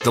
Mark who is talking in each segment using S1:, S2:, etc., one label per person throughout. S1: The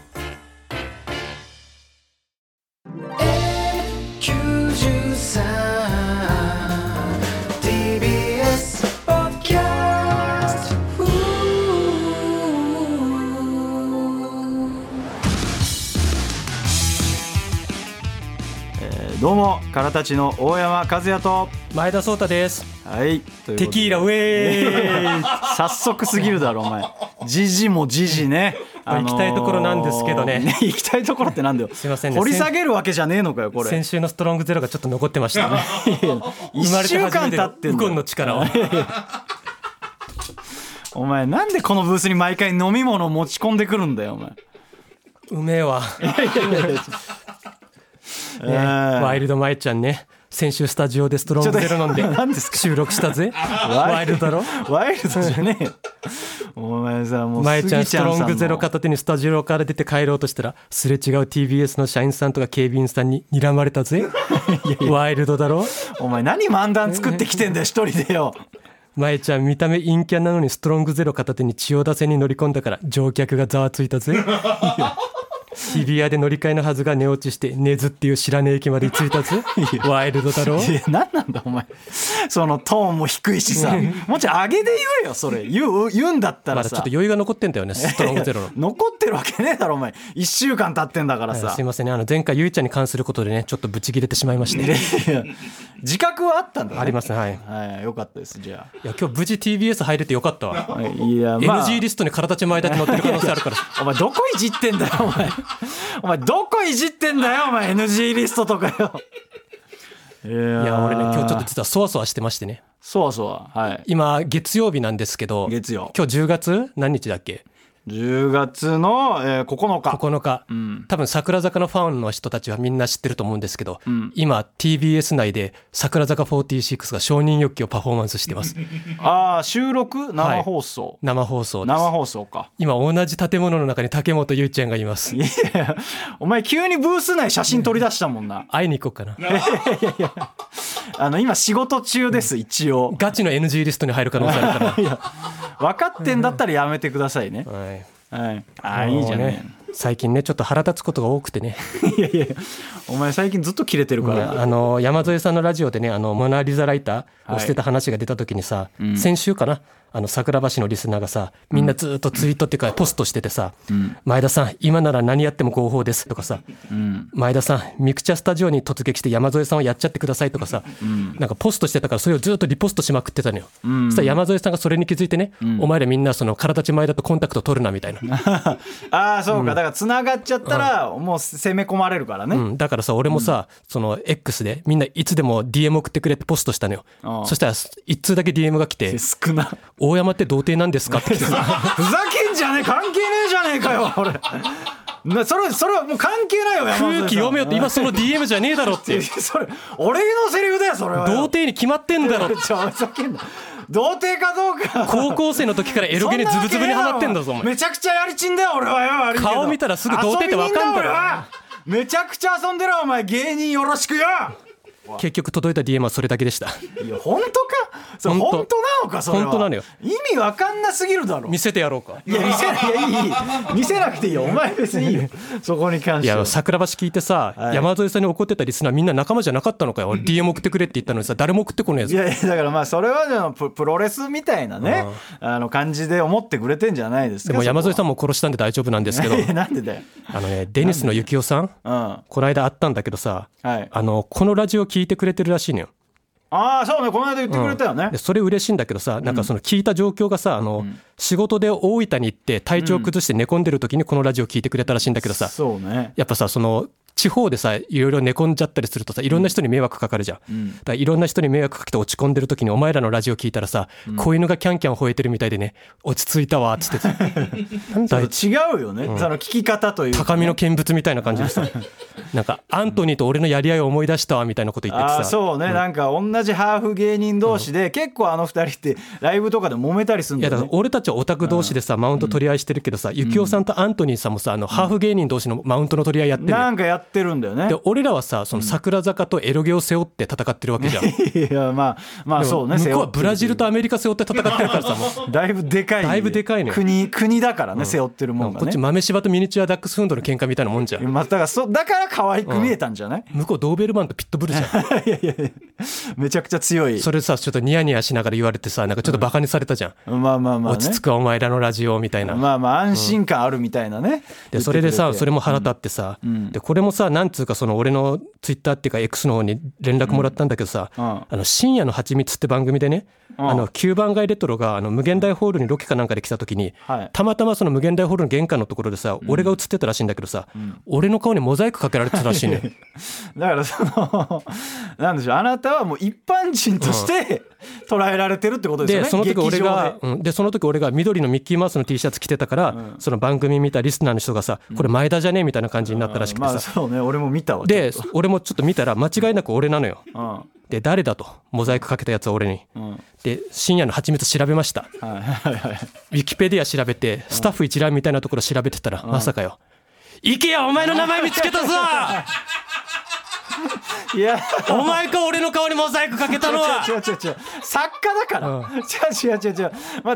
S2: 93 TBS ポッドキャスト
S3: どうも、からたちの大山和也と。
S4: 前田壮太です。
S3: はい。ということで
S4: テキーラウェーイ。
S3: 早速すぎるだろ、お前。じじもじじね。
S4: まあ行きたい ところなんですけどね
S3: 行きたいところってなんだよ。
S4: すいませんね
S3: 掘り下げるわけじゃねえのかよ、 これ
S4: 先。週のストロングゼロがちょっと残ってましたね。
S3: 一週間経ってん
S4: ウ
S3: だ
S4: コン
S3: よ
S4: の力 を。
S3: お前、なんでこのブースに毎回飲み物持ち込んでくるんだよ、お前。
S4: 梅は、
S3: え
S4: ね、
S3: ー
S4: ワイルドマイちゃんね。先週スタジオでストロングゼロ飲ん で
S3: ちょっと何ですか
S4: 収録したぜ。ワイルドだろ。
S3: ワイルドじゃねえ よ。お前さ、もう、
S4: 前ちゃん
S3: 杉
S4: ストロングゼロ
S3: さんの
S4: 片手にスタジオから出て帰ろうとしたらすれ違う TBS の社員さんとか警備員さんに睨ま れたぜワイルドだろ
S3: お前、何漫談作ってきてんだよ、一人でよ。
S4: 前ちゃん見た目陰キャなのにストロングゼロ片手に千代田線に乗り込んだから乗客がざわついたぜ日比谷で乗り換えのはずが寝落ちして根津っていう知らねえ駅まで着いたぜワイルドだろ
S3: いや何なんだお前そのトーンも低いしさもうちょい上げで言えよそれ言う言うんだった
S4: ま
S3: ら
S4: だち
S3: さ。
S4: ょっと余裕が残ってんだ よねストロングゼロの
S3: 残ってるわけねえだろお前1週間経ってんだから
S4: はい
S3: さ
S4: すいませんねあの前回ゆいちゃんに関することでねちょっとブチ切れてしまいまして、
S3: いや自覚はあったんだね
S4: ありますはいい
S3: はいよかったですじゃ
S4: や今日無事 TBS 入れてよかったわ、
S3: あいやまあ
S4: NG リストに体ち前だって乗ってる可能性あるから
S3: お前どこいじってんだよお前お前どこいじってんだよお前 NG リストとかよいや
S4: いや俺ね今日ちょっと
S3: と
S4: 実はそわそわしてましてね
S3: そわそわはい
S4: 今月曜日なんですけど
S3: 月曜
S4: 今日10月何日だっけ
S3: 10月の、えー9日
S4: 9日、多分桜坂のファンの人たちはみんな知ってると思うんですけど、今 TBS 内で桜坂46が承認欲求をパフォーマンスしてます
S3: ああ収録
S4: は
S3: 生
S4: い
S3: 放送、
S4: 生放送です
S3: 生放送か
S4: 今同じ建物の中に竹本ゆいちゃんがいます
S3: いやお前急にブース内写真取り出したもんな。
S4: 会いに行こうかな
S3: あの、今仕事中です、一応。
S4: ガチの NG リストに入る可能性ある か
S3: いや、分かってんだったらやめてくださいね。
S4: ら、は
S3: は
S4: い、
S3: い。ああ、いいじゃ
S4: もう
S3: ね
S4: 最近ねちょっと腹立つことが多くてね
S3: いやいや、お前最近ずっとキレてるから。
S4: あの山添さんのラジオでねあのモナ・リザライターをしてた話が出た時にさ、先週かなあの桜橋のリスナーがさみんなずっとツイートっていうかポストしててさ「前田さん今なら何やっても合法です」とかさ「前田さんミクチャスタジオに突撃して山添さんをやっちゃってください」とかさ、なんかポストしてたからそれをずっとリポストしまくってたのよ、そしたら山添さんがそれに気づいてね「お前らみんなその体ち前だとコンタクト取るな」みたいな、
S3: ああ、そうか。だから繋がっちゃったら、もう攻め込まれるからね。
S4: うん、だからさ俺もさ、その X でみんないつでも DM 送ってくれってポストしたのよ
S3: ああ
S4: そしたら一通だけ DM が来て
S3: 少 な。
S4: 「大山って童貞なんですか?」って 来てさ
S3: ふざけんじゃねえ関係ねえじゃねえかよ、俺。なそれ、それはもう関係ないよ、山添さん
S4: 空気読めよって今その DM じゃねえだろっ て
S3: それ、俺のセリフだよ、それは
S4: 童
S3: よ。
S4: 貞に決まってんだろって
S3: ちょふざけんな。童貞かどうか。
S4: 高校生の時からエロゲにズブズブにハマってんだぞお前
S3: めちゃくちゃやりちんだよ俺はよ悪いけど
S4: 顔見たらすぐ童貞ってわか
S3: 遊
S4: んだろ
S3: び人俺はめちゃくちゃ遊んでるわお前芸人よろしくよ
S4: 結局届いた DM はそれだけでした
S3: いや本当かそれ
S4: 本当
S3: 本当なのかそれは
S4: 本当なのよ
S3: 意味わかんなすぎるだろ
S4: 見せてやろうか
S3: いや見せないいやいいいい見せなくていいよお前別にいいよそこに関し
S4: い
S3: て
S4: や
S3: は
S4: 桜橋聞いてさ、
S3: はい
S4: 山添さんに怒ってたリスナーみんな仲間じゃなかったのかよ俺 DM 送ってくれって言ったのにさ誰も送ってこねえ
S3: い
S4: ぞ
S3: やいやだからまあそれはでもププロレスみたいなねあの感じで思ってくれてんじゃないですか
S4: でも山添さ
S3: ん
S4: んも殺したんで大丈夫なんですけど
S3: なんでだよ
S4: あのねデニスの幸男さん
S3: うんあ
S4: この間あったんだけどさ、
S3: はい
S4: あのこのラジオ聞いてくれてるらしいのよ。
S3: あーそうねこの間言ってくれたよね、
S4: でそれ嬉しいんだけどさなんかその聞いた状況がさあの、仕事で大分に行って体調崩して寝込んでる時にこのラジオ聞いてくれたらしいんだけどさ、
S3: そうね
S4: やっぱさその地方でさいろいろ寝込んじゃったりするとさいろんな人に迷惑かかるじゃん、だからいろんな人に迷惑かけて落ち込んでる時にお前らのラジオ聞いたらさ、子犬がキャンキャン吠えてるみたいでね落ち着いたわっつ ってさなんだあいつ
S3: 違うよね、その聞き方というか
S4: 高みの見物みたいな感じでさなんかアントニーと俺のやり合いを思い出したわみたいなこと言って
S3: あ
S4: て
S3: ー
S4: さ
S3: そうね、なんか同じハーフ芸人同士で、結構あの二人ってライブとかで揉めたりするん
S4: い
S3: だ
S4: や
S3: よ
S4: だ
S3: ね
S4: から俺たちはオタク同士でさマウント取り合いしてるけどさ幸男さんとアントニーさんもさあのハーフ芸人同士のマウントの取り合いやってる
S3: なんかやってるんだよね
S4: で俺らはさその桜坂とエロゲを背負って戦ってるわけじゃん
S3: いやまあまあ そうね
S4: 向こ
S3: 背
S4: うは
S3: 負って
S4: ブラジルとアメリカ背負って戦ってるか らさもう
S3: だいぶでかい
S4: だいぶでかいね
S3: 国国だからね、背負ってるもんが
S4: こっ
S3: ね
S4: ち豆柴とミニチュアダックスフンドの喧嘩みたいなもんじゃん
S3: まあ、だからそだから可愛く見えたんじゃない、
S4: 向こうドーベルマンとピットブルじゃん
S3: めちゃくちゃ強い
S4: それさちょっとニヤニヤしながら言われてさなんかちょっとバカにされたじゃん
S3: まあまあまあね
S4: 落ち着くわお前らのラジオみたいな
S3: まあまあ安心感あるみたいなね、
S4: でそれでさそれ
S3: も
S4: も腹立ってさ、でこれもさなんつうかその俺のツイッターっていうか X の方に連絡もらったんだけどさ「
S3: うん
S4: あの深夜のはちみつ」って番組でね、
S3: うん
S4: あの9番街レトロがあの無限大ホールにロケかなんかで来た時に、
S3: はい
S4: たまたまその無限大ホールの玄関のところでさ俺が映ってたらしいんだけどさ、俺の顔にモザイクかけられてたらしい ね
S3: だからその なんでしょうあなたはもう一般人として捉えられてるってことですよ
S4: で
S3: ね
S4: その時俺が
S3: 劇場、で
S4: うんでその時俺が緑のミッキーマウスの T シャツ着てたから、その番組見たリスナーの人がさ「これ前田じゃねえ」みたいな感じになったらしくて
S3: ま
S4: さ、
S3: あそうね俺も見たわちょ
S4: で俺もちょっと見たら間違いなく俺なのよ。
S3: うんは
S4: で誰だとモザイクかけたやつは俺に、
S3: ん
S4: で深夜の蜂蜜調べました
S3: いはいはい
S4: ウィキペディア調べてスタッフ一覧みたいなところ調べてたら、まさかよ「行けやお前の名前見つけたぞ
S3: いや
S4: お前か俺の顔にモザイクかけたのは
S3: 違う違う違う違う作家だから、違う違う違う違うまあ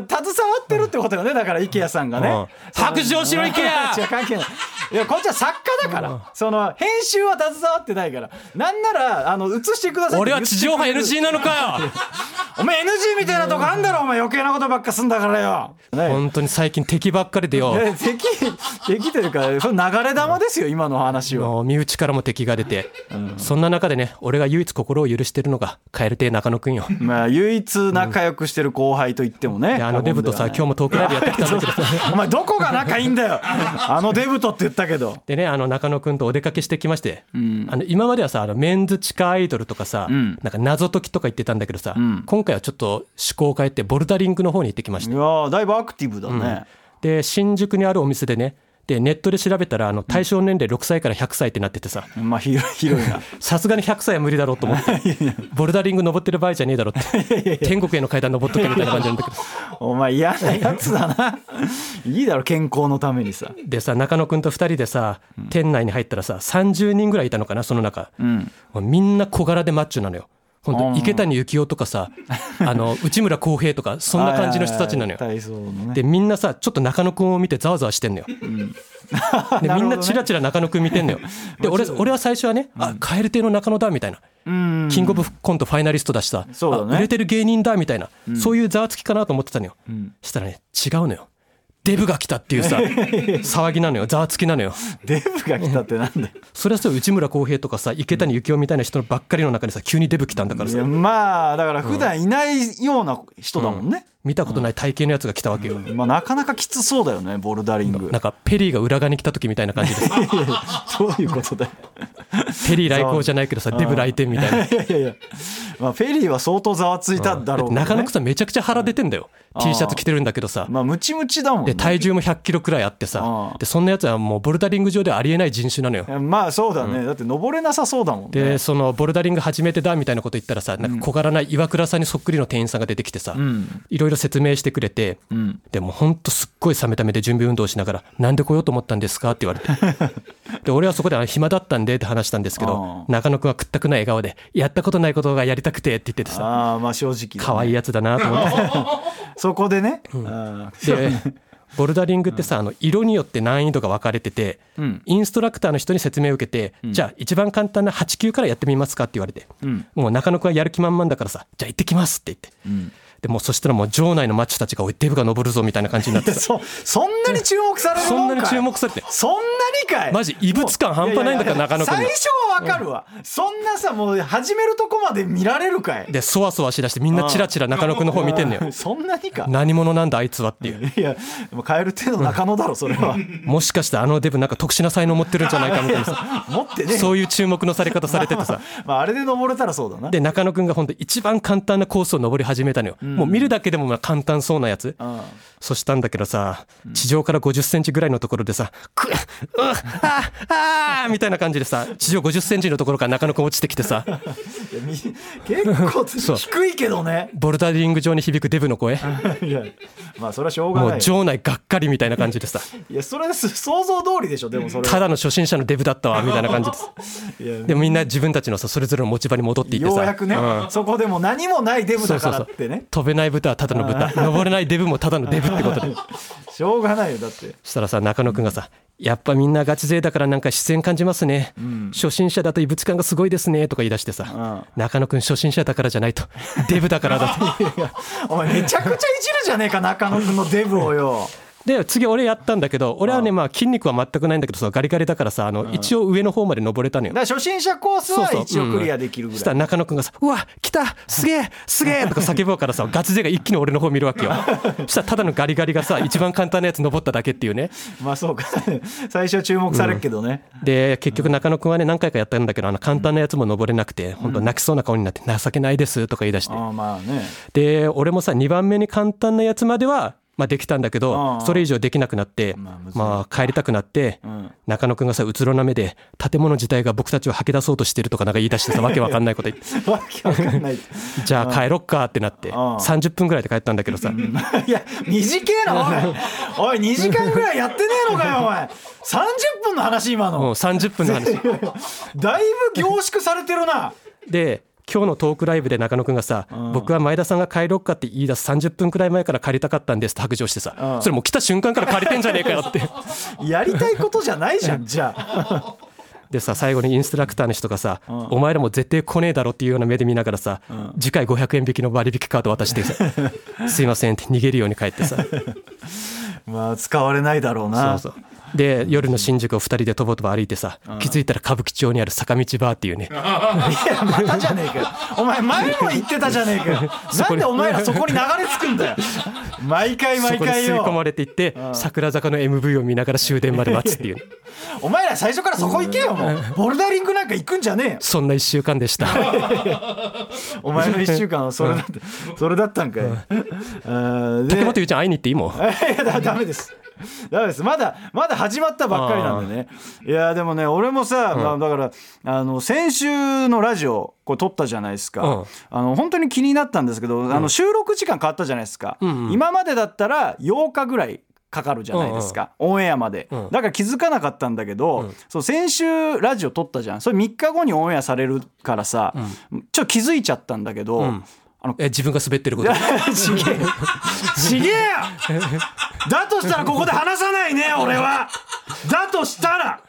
S3: 携わってるってことよねだから IKEA さんがね、
S4: うん白状しろ IKEA
S3: 違う関係ないいやこっちは作家だから、その編集は携わってないからなんならあの映してくださいって
S4: 俺
S3: 言ってくれ
S4: は
S3: る
S4: 地上波 NG なのかよ
S3: お前 NG みたいなとこあんだろお前余計なことばっかすんだからよ、ね
S4: 本当に最近敵ばっかりでよ
S3: いや敵 敵というかその流れ玉ですよ今の話は
S4: もう身内からも敵が出て、そんな中でね俺が唯一心を許してるのが蛙亭中野くんよ
S3: まあ唯一仲良くしてる後輩と言ってもね、
S4: であのデブとさ今日もトークライブやってきたんだけどさ
S3: お前どこが仲いいん だよあのデブとって言ったけど
S4: でねあの中野くんとお出かけしてきまして、あの今まではさあのメンズ地下アイドルとかさ、なんか謎解きとか言ってたんだけどさ、今回はちょっと趣向を変えてボルダリングの方に行ってきまし
S3: い
S4: た、
S3: やーだいぶアクティブだね、
S4: で新宿にあるお店でねでネットで調べたらあの対象年齢6歳から100歳ってなっててさ
S3: まあ広い広いな
S4: さすがに100歳は無理だろうと思って ボルダリング登ってる場合じゃねえだろ って天国への階段登っとけみたいな感じなんだけど
S3: お前嫌なやつだないいだろ健康のためにさ
S4: でさ中野くんと2人でさ店内に入ったらさ30人ぐらいいたのかなその中、もうみんな小柄でマッチョなのよ本当池谷幸雄とかさあ の内村航平とかそんな感じの人たちなのよ
S3: はいはいはい体操のね
S4: でみんなさちょっと中野くんを見てざわざわしてんのよ、でみんなチラチラ中野くん見てんのよで俺俺は最初はね「あ蛙亭の中野だ」みたいな、キングオブコントファイナリストだしさ、
S3: そうだね
S4: あ売れてる芸人だみたいな、そういうざわつきかなと思ってたのよ、したらね違うのよデブが来たっていうさ騒ぎなのよざわつきなのよ
S3: デブが来たってなんだよ
S4: それはそう内村航平とかさ池谷幸雄みたいな人のばっかりの中にさ急にデブ来たんだから
S3: い
S4: さ
S3: やまあだから普段いないような人だもんね、
S4: 見たことない体型のやつが来たわけよ、
S3: まあ、なかなかきつそうだよねボルダリング
S4: なんかペリーが裏側に来た時みたいな感じでさ
S3: どういうことだよ
S4: ペリー来航じゃないけどさデブ来店みたいない
S3: やいやいや、まあ、フェリーは相当ざわついただろうけど、ね、
S4: 中野くんさめちゃくちゃ腹出てんだよ、T シャツ着てるんだけどさ、
S3: まあムチムチだもんね
S4: で体重も100キロくらいあってさ、
S3: うん
S4: でそんなやつはもうボルダリング上ではありえない人種なのよ、
S3: まあそうだね、だって登れなさそうだもんね
S4: でそのボルダリング始めてだみたいなこと言ったらさなんか小柄な岩倉さんにそっくりの店員さんが出てきてさ、いろいろ説明してくれて、でもうほんとすっごい冷めた目で準備運動しながら「なんで来ようと思ったんですか?」って言われてで俺はそこであ「暇だったんで」って話したんですけど
S3: う
S4: 中野くんは屈託ない笑顔で「やったことないことがやりたくて」って言っててさ
S3: ああまあ正直
S4: 可愛いやつだなと思って。
S3: そこでね、あー
S4: でボルダリングってさ、あの色によって難易度が分かれてて、インストラクターの人に説明を受けて、じゃあ一番簡単な8級からやってみますかって言われて、もう中野くんはやる気満々だからさじゃあ行ってきますって言って、でもうそしたらもう場内のマッチョたちが「おいデブが登るぞ」みたいな感じになってさ
S3: そそんなに注目される
S4: そ
S3: も
S4: ん
S3: んか
S4: ないに注目されて
S3: そんなにかい
S4: マジ異物感半端ないんだから
S3: いやいや
S4: 中野くんの
S3: 最初わかるわ、そんなさもう始めるとこまで見られるかい
S4: でそわそわしだしてみんなチラチラ中野くんの方見てんのよ
S3: そんなにか
S4: 何者なんだあいつはっていう
S3: いやでもカエル手の中野だろそれは
S4: もしかしてあのデブなんか特殊な才能持ってるんじゃないかみたい なさ
S3: 持ってね
S4: そういう注目のされ方されててさ
S3: まああれで登れたらそうだな
S4: で中野くんが本当一番簡単なコースを登り始めたのよ、もう見るだけでもまあ簡単そうなやつ、
S3: ん
S4: そしたんだけどさ地上から5 0センチぐらいのところでさ「くっうっああーみたいな感じでさ地上5 0センチのところから中野くん落ちてきてさ
S3: いやみ 結構
S4: う
S3: 低いけど ね
S4: ボルダリング上に響くデブの声
S3: いやまあそれはしょうが
S4: も
S3: な
S4: う
S3: い
S4: 場内がっかりみたいな感じでさ
S3: いやそれはす想像通りでしょでもそれは
S4: ただの初心者のデブだったわみたいな感じです
S3: いや
S4: でみんな自分たちのさそれぞれの持ち場に戻っていってさ
S3: ようやくね、
S4: うん
S3: そこでも何もないデブ
S4: そ
S3: だ
S4: うそ
S3: から
S4: うそ
S3: っ
S4: う
S3: てね
S4: 飛べない豚はただの豚登れないデブもただのデブってことで
S3: しょうがないよだって
S4: そしたらさ中野くんがさ「やっぱみんなガチ勢だからなんか視線感じますね、初心者だと異物感がすごいですね」とか言い出してさ、中野くん初心者だからじゃないとデブだからだと
S3: お前めちゃくちゃいじるじゃねえか中野くんのデブをよ
S4: で次俺やったんだけど俺はねまあ筋肉は全くないんだけどさガリガリだからさあの一応上の方まで登れたのよ
S3: だから初心者コースは一応クリアできるぐ
S4: そし
S3: らい
S4: たら中野くんがさ「うわ来たすげえすげえ!」とか叫ぶからさガチ勢が一気に俺の方見るわけよそしたらただのガリガリがさ一番簡単なやつ登っただけっていうね
S3: まあそうか 最初は注目されるけどね、
S4: で結局中野くんはね何回かやったんだけどあの簡単なやつも登れなくて本当泣きそうな顔になって「情けないです」とか言い出して
S3: ああまあね
S4: で俺もさ2番目に簡単なやつまでは、まあ、できたんだけ
S3: あ
S4: ど
S3: あ
S4: それ以上できなくなって
S3: まあ難しい
S4: まあ帰りたくなって中野くんがさうつろな目で建物自体が僕たちを吐き出そうとしてるとかなんか言い出 してさわけわかんないこと言って
S3: わけわかんない
S4: じゃあ帰ろっかってなって
S3: ああ
S4: 30分ぐらいで帰ったんだけどさ
S3: いや短え なおいおい2時間ぐらいやってねえのかよお前30分の話今
S4: もう
S3: の
S4: 30分の話
S3: だいぶ凝縮されてるな
S4: で今日のトークライブで中野くんがさ、僕は前田さんが帰ろっかって言い出す30分くらい前から帰りたかったんですって白状してさ、それもう来た瞬間から帰りてんじゃねえかよって
S3: やりたいことじゃないじゃんじゃあ
S4: でさ最後にインストラクターの人がさ、お前らも絶対来ねえだろっていうような目で見ながらさ、次回500円引きの割引カード渡してさ 「すいません」って逃げるように帰って さ
S3: まあ使われないだろう
S4: そう
S3: な
S4: そうで夜の新宿を2人でとぼとぼ歩いてさ、気づいたら歌舞伎町にある坂道バーっていうね
S3: いやまたじゃねえかよお前前も言ってたじゃねえか よなんでお前らそこに流れ着くんだよ毎回
S4: そ
S3: 毎
S4: こに
S3: 回
S4: 吸い込
S3: よ
S4: まれていって桜坂の MV を見ながら終電まで待つっていうね、
S3: お前ら最初からそこ行けよもうボルダリングなんか行くんじゃねえよ
S4: そんな1週間でした。
S3: お前の1週間はそれだってそれだったんかいあーで
S4: 竹本ゆうちゃん会いに行っていいもん。
S3: いやだダメですダメですまだまだ始まったばっかりなんでねいやでもね俺もさ、まあ、だからあの先週のラジオこれ撮ったじゃないですか、
S4: うん
S3: あの本当に気になったんですけど、あの収録時間変わったじゃないですか、今までだったら8日ぐらいかかるじゃないですか、オンエアまで、だから気づかなかったんだけど、そう先週ラジオ撮ったじゃんそれ3日後にオンエアされるからさ、ちょっと気づいちゃったんだけど、あの
S4: え自分が滑ってること。
S3: ちげえよ。ちげえよだとしたらここで話さないね、俺は。だとしたら。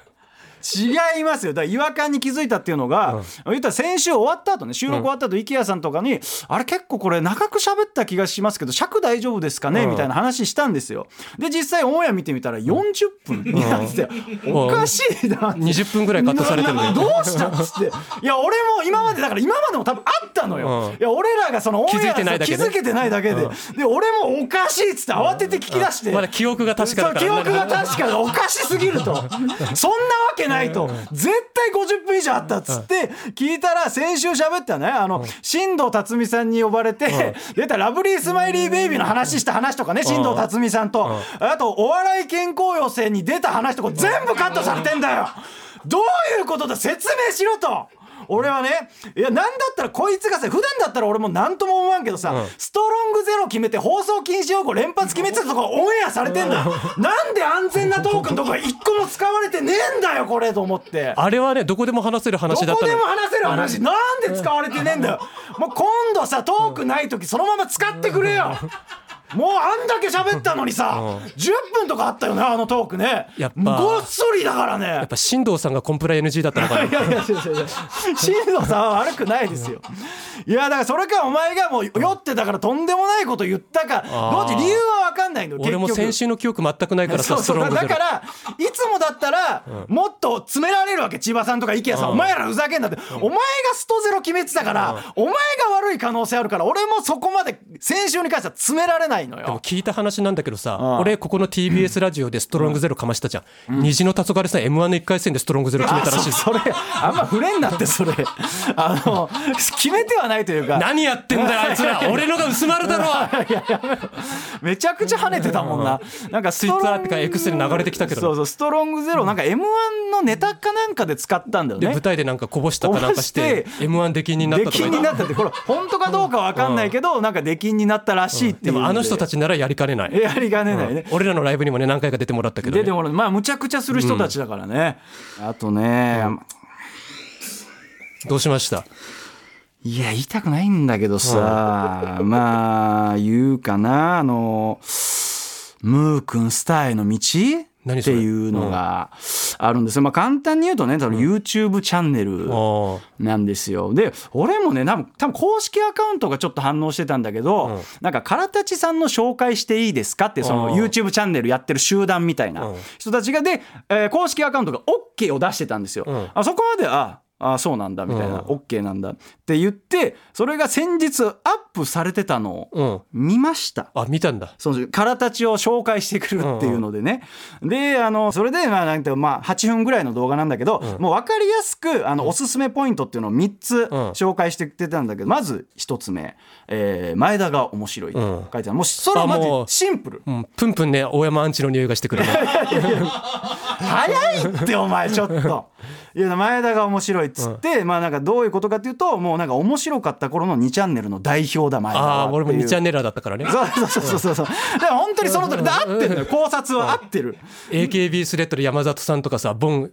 S3: 違いますよだから違和感に気づいたっていうのが、言ったら先週終わった後ね収録終わった後、IKEA さんとかにあれ結構これ長く喋った気がしますけど尺大丈夫ですかね、みたいな話したんですよで実際オンエア見てみたら40分になってて、おかしいなって
S4: 20分ぐらいカットされてるの
S3: なな
S4: よ。
S3: どうしたっつっていや俺も今までだから今までも多分あったのよ、
S4: うん
S3: いや俺らがそのオンエア
S4: 気づいてないだけ
S3: 気
S4: ね
S3: づけてないだけで、で俺もおかしいっつって慌てて聞き出して、
S4: まだ記憶が確かだから。
S3: そう記憶が確かでおかしすぎる とそんなわけないと絶対50分以上あったっつって聞いたら先週喋ったねあの新藤辰巳さんに呼ばれて出たラブリースマイリーベイビーの話した話とかね新藤辰巳さんとあとお笑い健康養成に出た話とか全部カットされてんだよどういうことだ説明しろと俺はねいやなんだったらこいつがさ普段だったら俺も何とも思わんけどさ、ストロングゼロ決めて放送禁止用語連発決めてたとこオンエアされてんだよなんで安全なトークのとこが一個も使われてねえんだよこれと思って
S4: あれはねどこでも話せる
S3: ど
S4: 話だっ
S3: こ
S4: たの
S3: で
S4: よ
S3: も。話せる話なんで使われてねえんだよもう今度さトークない時そのまま使ってくれよもうあんだけ喋ったのにさ10分とかあったよねあのトークね
S4: やっぱ
S3: ごっそりだからね
S4: やっぱ新藤さんがコンプラ NG だったのか
S3: い
S4: な。
S3: やいやいやいやいや新藤さんは悪くないですよいやだからそれかお前がもう酔ってだからとんでもないこと言ったかどっち理由は分かんないの結
S4: 俺
S3: 局
S4: も先週の記憶全くないからさ
S3: そう
S4: ス
S3: そ
S4: トロン
S3: う
S4: グゼ
S3: だ
S4: ロ
S3: からいつもだったら、もっと詰められるわけ千葉さんとか池谷さん、
S4: うん
S3: お前らふざけんなって、お前がストゼロ決めてたから、お前が悪い可能性あるから俺もそこまで先週に関しては詰められないの
S4: でも
S3: よ
S4: 聞いた話なんだけどさ、
S3: ん
S4: 俺ここの TBS ラジオでストロングゼロかましたじゃん、虹の黄昏さん m 1の1回戦でストロングゼロ決めたらしい
S3: それ あんま触れんなってそれあの決めてはないというか
S4: 何やってんだよあいつら俺のが薄まるだろ
S3: めちゃくちゃ跳ねてたもんななんか
S4: ツイッターってか X で流れてきたけど
S3: そうそうストロングゼロなんか m 1のネタかなんかで使ったんだよ
S4: で
S3: ね
S4: 舞台でなんかこぼしたかなんかして
S3: こぼし
S4: m 1出禁になった
S3: 出
S4: とか
S3: 禁
S4: 言って
S3: になったってこれ本当かどうかわかんないけどなんか出禁になったらしいってい
S4: で
S3: う
S4: もあの人た
S3: ち
S4: ちならやりかねない、
S3: やりかねないね
S4: 俺らのライブにもね何回か出てもらったけど、ね、
S3: 出てもらうまあむちゃくちゃする人たちだからねあとね
S4: どうしました
S3: いや言いたくないんだけどさまあ言うかなあのムー君スターへの道
S4: 何
S3: っ
S4: そ
S3: て
S4: れ
S3: いうのがあるんですよまあ簡単に言うとね多分 YouTube チャンネル、
S4: あ
S3: なんですよで俺もね多分多分公式アカウントがちょっと反応してたんだけど、なんか唐立さんの紹介していいですかってその
S4: うん
S3: YouTube チャンネルやってる集団みたいな
S4: うん
S3: 人たちがで、えー公式アカウントが OK を出してたんですよ。
S4: うん
S3: あそこまでああそうなんだみたいな、
S4: うん
S3: OK なんだって言ってそれが先日アップされてたのを
S4: うん
S3: 見ました。
S4: あ見たんだ
S3: その空たちを紹介してくるっていうのでね、であのそれでまあなんていうのまあ8分ぐらいの動画なんだけど、もう分かりやすくあのおすすめポイントっていうのを3つ紹介してくれてたんだけど、まず1つ目、えー前田が面白い」って書いてある、もうそれはま
S4: あもう
S3: ずシンプル
S4: うんプンプンね大山アンチの匂いがしてく るね
S3: 早いってお前 ちょっと。いや前田が面白いっつって、まあなんかどういうことかっていうともうなんか面白かった頃の2チャンネルの代表だ前田は
S4: あ
S3: っ
S4: あ
S3: ていう
S4: 俺も2チャンネルだったからね
S3: そうそうそうそうそうだから本当にその通りだ合ってるのよ考察は合ってる
S4: AKB スレッドの山里さんとかさボン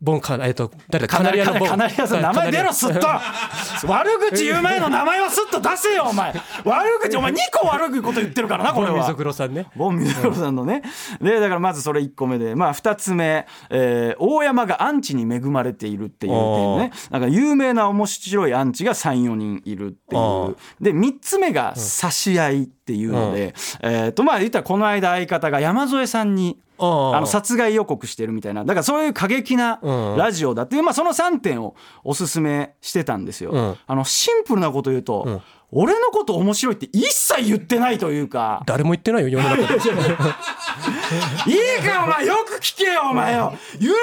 S4: ボンかえっと誰だ
S3: カ
S4: カ
S3: ナ
S4: ナリ
S3: リア
S4: アのボン
S3: カナリアさん名前出ろすっと悪口言う前の名前はすっと出せよお前悪口お前2個悪いこと言ってるからなこ
S4: ボ
S3: れ
S4: ン
S3: は
S4: 水黒さんね
S3: ボン・ミドルさんのね、でだからまずそれ1個目で、まあ、2つ目、えー大山がアンチに恵まれているっていう点ねなんか有名な面白いアンチが34人いるってい
S4: あ
S3: うで3つ目が差し合いっていうので、えーとまあ言ったらこの間相方が山添さんに。
S4: ああ
S3: あの殺害予告してるみたいなだからそういう過激な
S4: うん
S3: ラジオだっていう、まあ、その3点をおすすめしてたんですよ、
S4: うん
S3: あのシンプルなこと言うと、
S4: ん
S3: 俺のこと面白いって一切言ってないというか
S4: 誰も言ってないよ世の中
S3: いい
S4: で
S3: かお前よく聞けよお前よ有名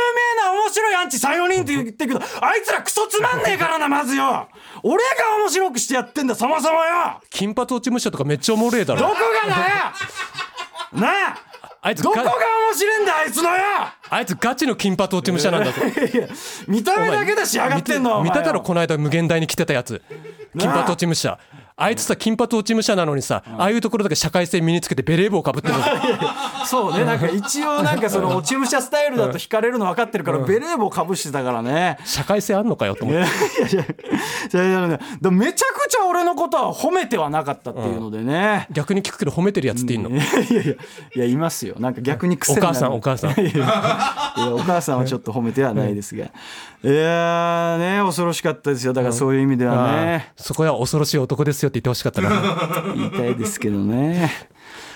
S3: な面白いアンチ34人って言ってるけどあいつらクソつまんねえからなまずよ俺が面白くしてやってんだそもそもよ
S4: 金髪落ち武者とかめっちゃおもれえだ
S3: ど
S4: ろ
S3: こがだよな
S4: あい
S3: あ
S4: つ
S3: どこが
S4: ガ
S3: 面白いんだあいつのよ
S4: あいつガチの金髪落ち武者なんだぞ
S3: いや見た目だけで仕上がってんのお
S4: 見
S3: 前
S4: た
S3: よ
S4: 見ただろこの間無限大に来てたやつ金髪落ち武者あいつさ金髪落ち武者なのにさああいうところだけ社会性身につけてベレー帽かぶってるの
S3: そうねなんか一応なんかその落ち武者スタイルだと惹かれるの分かってるからベレー帽かぶしてたからね
S4: 社会性あんのかよと思っ
S3: い
S4: て
S3: やいやいやいやいやいやでもめちゃくちゃ俺のことは褒めてはなかったっていうのでね、
S4: 逆に聞くけど褒めてるやつっていいの
S3: いやいやいやいやいますよなんか逆に癖
S4: お
S3: になる
S4: 母さんお母さん
S3: いやお母さんはちょっと褒めてはないですが、いやーね恐ろしかったですよだからそういう意味では
S4: あ
S3: ね
S4: あ、そこは恐ろしい男ですよって言ってほしかっ たな
S3: 言いたいですけどね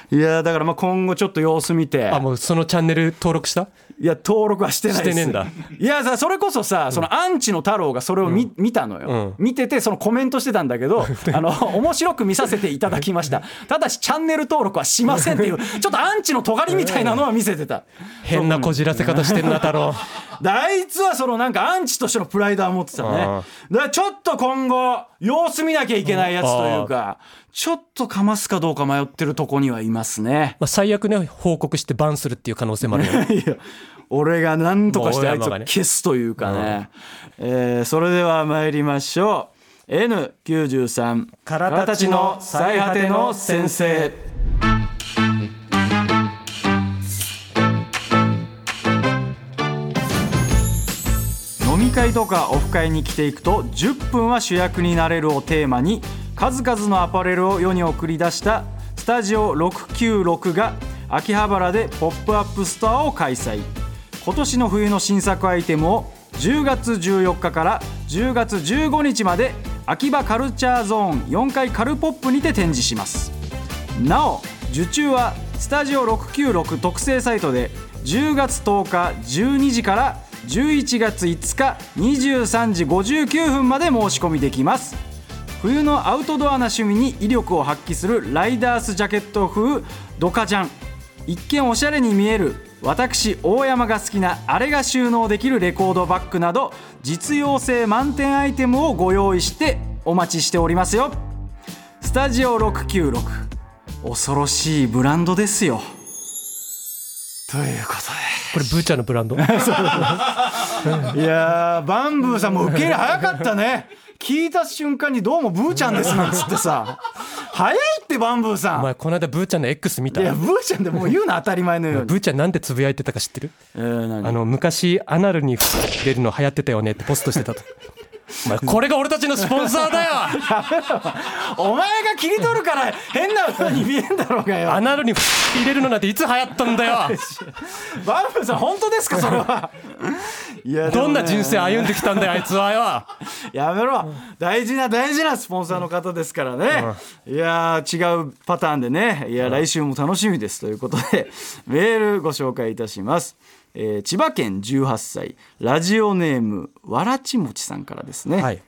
S3: いやーだからまあ今後ちょっと様子見て
S4: あもうそのチャンネル登録した
S3: いや登録はしてないです
S4: してねえんだ
S3: いやさそれこそさそのアンチの太郎がそれを見,、見たのよ、見ててそのコメントしてたんだけどあの面白く見させていただきま したただしチャンネル登録はしませんっていうちょっとアンチの尖りみたいなのは見せてた
S4: 変なこじらせ方してんな太郎
S3: であいつはそのなんかアンチとしてのプライドは持ってたねだ
S4: あ
S3: からちょっと今後様子見なきゃいけないやつというかちょっとかますかどうか迷ってるとこにはいますね
S4: まあ最悪ね報告してバンするっていう可能性もあるよね
S3: いや俺が何とかしてあいつを
S4: もう大山がね
S3: 消すというかね、えーそれでは参りましょう N93
S4: からたちの最果ての先
S3: 生飲み会とかオフ会に来ていくと「10分は主役になれる」をテーマに数々のアパレルを世に送り出したスタジオ696が秋葉原でポップアップストアを開催今年の冬の新作アイテムを10月14日から10月15日まで秋葉カルチャーゾーン4階カルポップにて展示しますなお受注はスタジオ696特製サイトで10月10日12時から11月5日23時59分まで申し込みできます冬のアウトドアな趣味に威力を発揮するライダースジャケット風ドカジャン一見おしゃれに見える私大山が好きなあれが収納できるレコードバッグなど実用性満点アイテムをご用意してお待ちしておりますよスタジオ696恐ろしいブランドですよというこ
S4: これブーチャーのブラ ンド
S3: とでいやーバンブーさんも受け入れ早かったね聞いた瞬間にどうもブーちゃんですなんつってさ早いってバンブーさ
S4: お
S3: ん
S4: 前この間ブーチャーの X 見
S3: いや
S4: た
S3: ブーちゃんでもう言うな当たり前のように
S4: ブーチャーなんてつぶやいてたか知ってる
S3: えー何
S4: あの昔アナルに入れるの流行ってたよねってポストしてたとお前これが俺たちのスポンサーだよ
S3: お前が切り取るから変な風に見えんだろうがよ
S4: アナルに入れるのなんていつ流行ったん だよ
S3: バンブーさん本当ですかそれはいやでもね
S4: どんな人生歩んできたんだよあいつはよ
S3: やめろ大事な大事なスポンサーの方ですからね、いやー違うパターンでねいや来週も楽しみですということで メールご紹介いたします、えー千葉県18歳ラジオネームわらちもちさんからですね、
S4: はい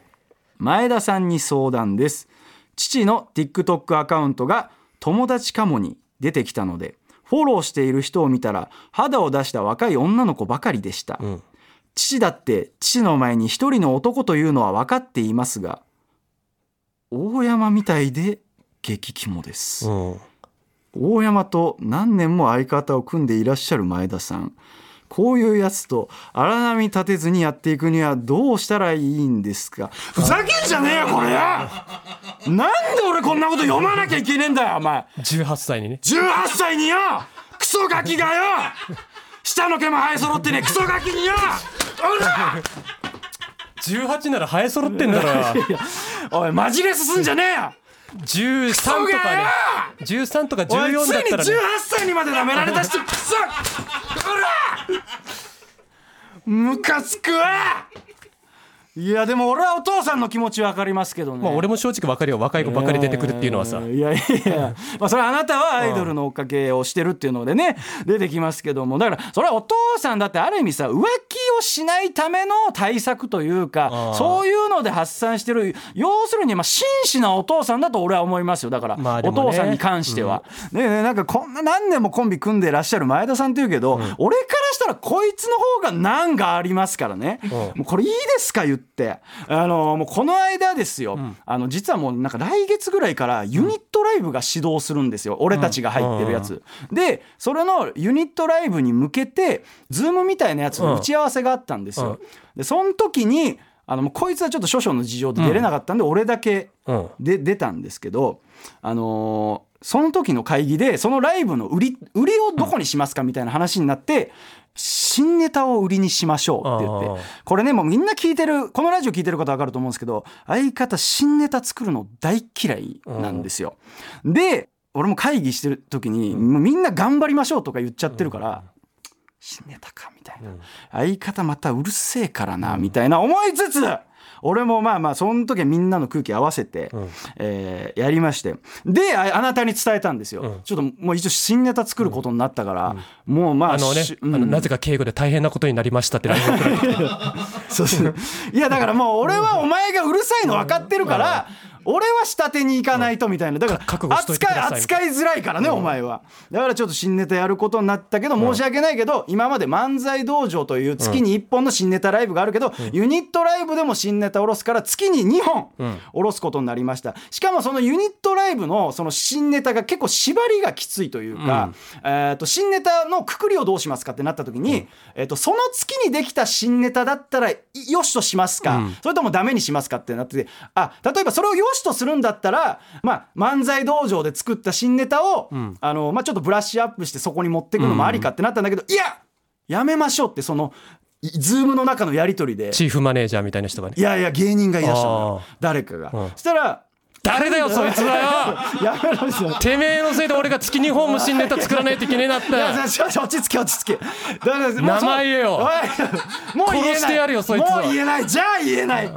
S3: 前田さんに相談です父の TikTok アカウントが友達かもに出てきたのでフォローしている人を見たら肌を出した若い女の子ばかりでした、父だって父の前に一人の男というのは分かっていますが大山みたいで激肝です、
S4: うん
S3: 大山と何年も相方を組んでいらっしゃる前田さんこういうやつと荒波立てずにやっていくにはどうしたらいいんですかふざけんじゃねえよこれやなんで俺こんなこと読まなきゃいけねえんだよお前
S4: 18歳にね
S3: 18歳によクソガキがよ下の毛も生え揃ってねクソガキによおら
S4: 18なら生え揃ってんだろ
S3: おいマジレスすんじゃねえよ
S4: 13と
S3: クソ
S4: かね
S3: が
S4: 13とか
S3: おい
S4: 14だったら
S3: つい
S4: ね
S3: に18歳にまで舐められたしてクソおらムカつくわいやでも俺はお父さんの気持ちわかりますけどね、
S4: まあ俺も正直わかるよ若い子ばかり出てくるっていうのはさ
S3: いやいや、まあ、それはあなたはアイドルの追っかけをしてるっていうのでね、出てきますけども、だから、それはお父さんだってある意味さ、浮気をしないための対策というか
S4: う、ん
S3: そういうので発散してる、要するに、まあ、真摯なお父さんだと俺は思いますよ。だから、
S4: まあで
S3: お
S4: もね
S3: 父さんに関しては。ねえねえなんかこんな何年もコンビ組んでらっしゃる前田さんっていうけど、俺からしたらこいつの方が難がありますからね。もうこれいいですか言って。あの、もうこの間ですよ。あの、実はもうなんか来月ぐらいからユニットライブが始動するんですよ。俺たちが入ってるやつ。で、それのユニットライブに向けて、ズームみたいなやつの打ち合わせがあったんですよ。で、その時に、あのもうこいつはちょっと少々の事情で出れなかったんで、俺だけ
S4: うん
S3: で出たんですけど、あのーその時の会議でそのライブの売り売りをどこにしますかみたいな話になって、新ネタを売りにしましょうって言
S4: あ
S3: っ
S4: あ
S3: てこれねもうみんな聞いてるこのラジオ聞いてる方わかると思うんですけど相方新ネタ作るの大嫌いなんですよ。で俺も会議してる時に、もうみんな頑張りましょうとか言っちゃってるから。新ネタかみたいな、相方またうるせえからなみたいな思いつつ俺もまあまあその時はみんなの空気合わせて、えーやりましてでああなたに伝えたんですよ、ちょっともう一応新ネタ作ることになったから、もうまあ
S4: あのね
S3: し
S4: あ
S3: うん
S4: のなぜか敬語で大変なことになりましたって LINE が来る
S3: そうそういやだからもう俺はお前がうるさいの分かってるから俺は下手に行かないとみたいなだから
S4: か覚悟しといてくださいみた
S3: 扱い扱いづらいからねお前はだからちょっと新ネタやることになったけど申し訳ないけど今まで漫才道場という月に1本の新ネタライブがあるけどユニットライブでも新ネタ下ろすから月に2本下ろすことになりましたしかもそのユニットライブのその新ネタが結構縛りがきついというかえーと新ネタのくくりをどうしますかってなった時にえーとその月にできた新ネタだったらよしとしますかそれともダメにしますかってなっててあ例えばそれをよしとするんだったら、まあ、漫才道場で作った新ネタを、あのまあ、ちょっとブラッシュアップしてそこに持ってくのもありかってなったんだけど、いややめましょうってそのいズームの中のやり取りで
S4: チーフマネージャーみたいな人がね
S3: いやいや芸人がいらっしゃるのよ
S4: あ
S3: 誰かが、
S4: うん
S3: そしたら
S4: 誰だよそいつはよ
S3: 「やめろよ」
S4: てめえのせいで俺が月に本も新ネタ作らないといけねえなって
S3: いやちょちょ落ち着け落ち着けだからもうそ
S4: 名前言えよ
S3: おいもう言えない
S4: 殺してやるよそいつ
S3: も
S4: は
S3: う言えないじゃあ言えない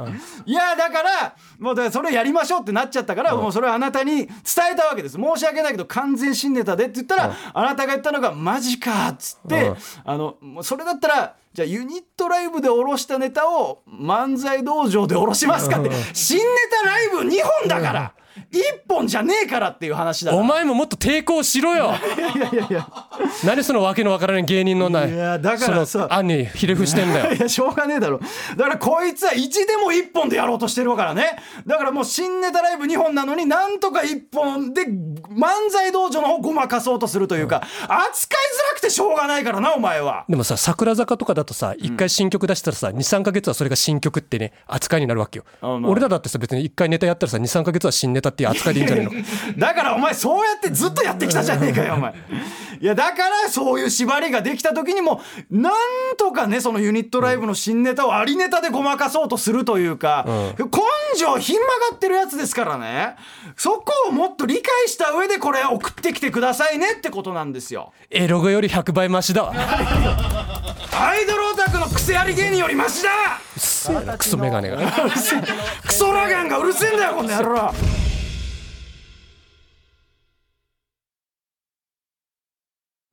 S3: いやだからもうだからそれやりましょうってなっちゃったから、もうそれはあなたに伝えたわけです申し訳ないけど完全新ネタでって言ったら、あなたが言ったのがマジかっつって、
S4: うん
S3: あのもうそれだったらじゃあユニットライブでおろしたネタを漫才道場でおろしますかって、新ネタライブ2本だから、1本じゃねえからっていう話だから
S4: お前ももっと抵抗しろよ
S3: いやいやいや
S4: 何そのわけのわからない芸人のない
S3: いやだからさ
S4: その案にひれ伏してんだよ
S3: いやしょうがねえだろだからこいつは1でも1本でやろうとしてるからねだからもう新ネタライブ2本なのになんとか1本で漫才道場の方ごまかそうとするというか、扱いづらくてしょうがないからなお前は
S4: でもさ桜坂とかだとさ一回新曲出したらさ23か月はそれが新曲ってね扱いになるわけよ、
S3: あまあ
S4: 俺らだってさ別に一回ネタやったらさ23か月は新ネタっていう扱いでいいんじゃないの
S3: だからお前そうやってずっとやってきたじゃねえかよお前いやだからそういう縛りができた時にもなんとかねそのユニットライブの新ネタをありネタでごまかそうとするというか、根性ひん曲がってるやつですからねそこをもっと理解した上でこれ送ってきてくださいねってことなんですよ
S4: エロゴより100倍マシだわ
S3: アイドルオタクの癖あり芸人よりマシだ
S4: せえなクソメガネが。
S3: クソラガンがうるせえんだよこの野郎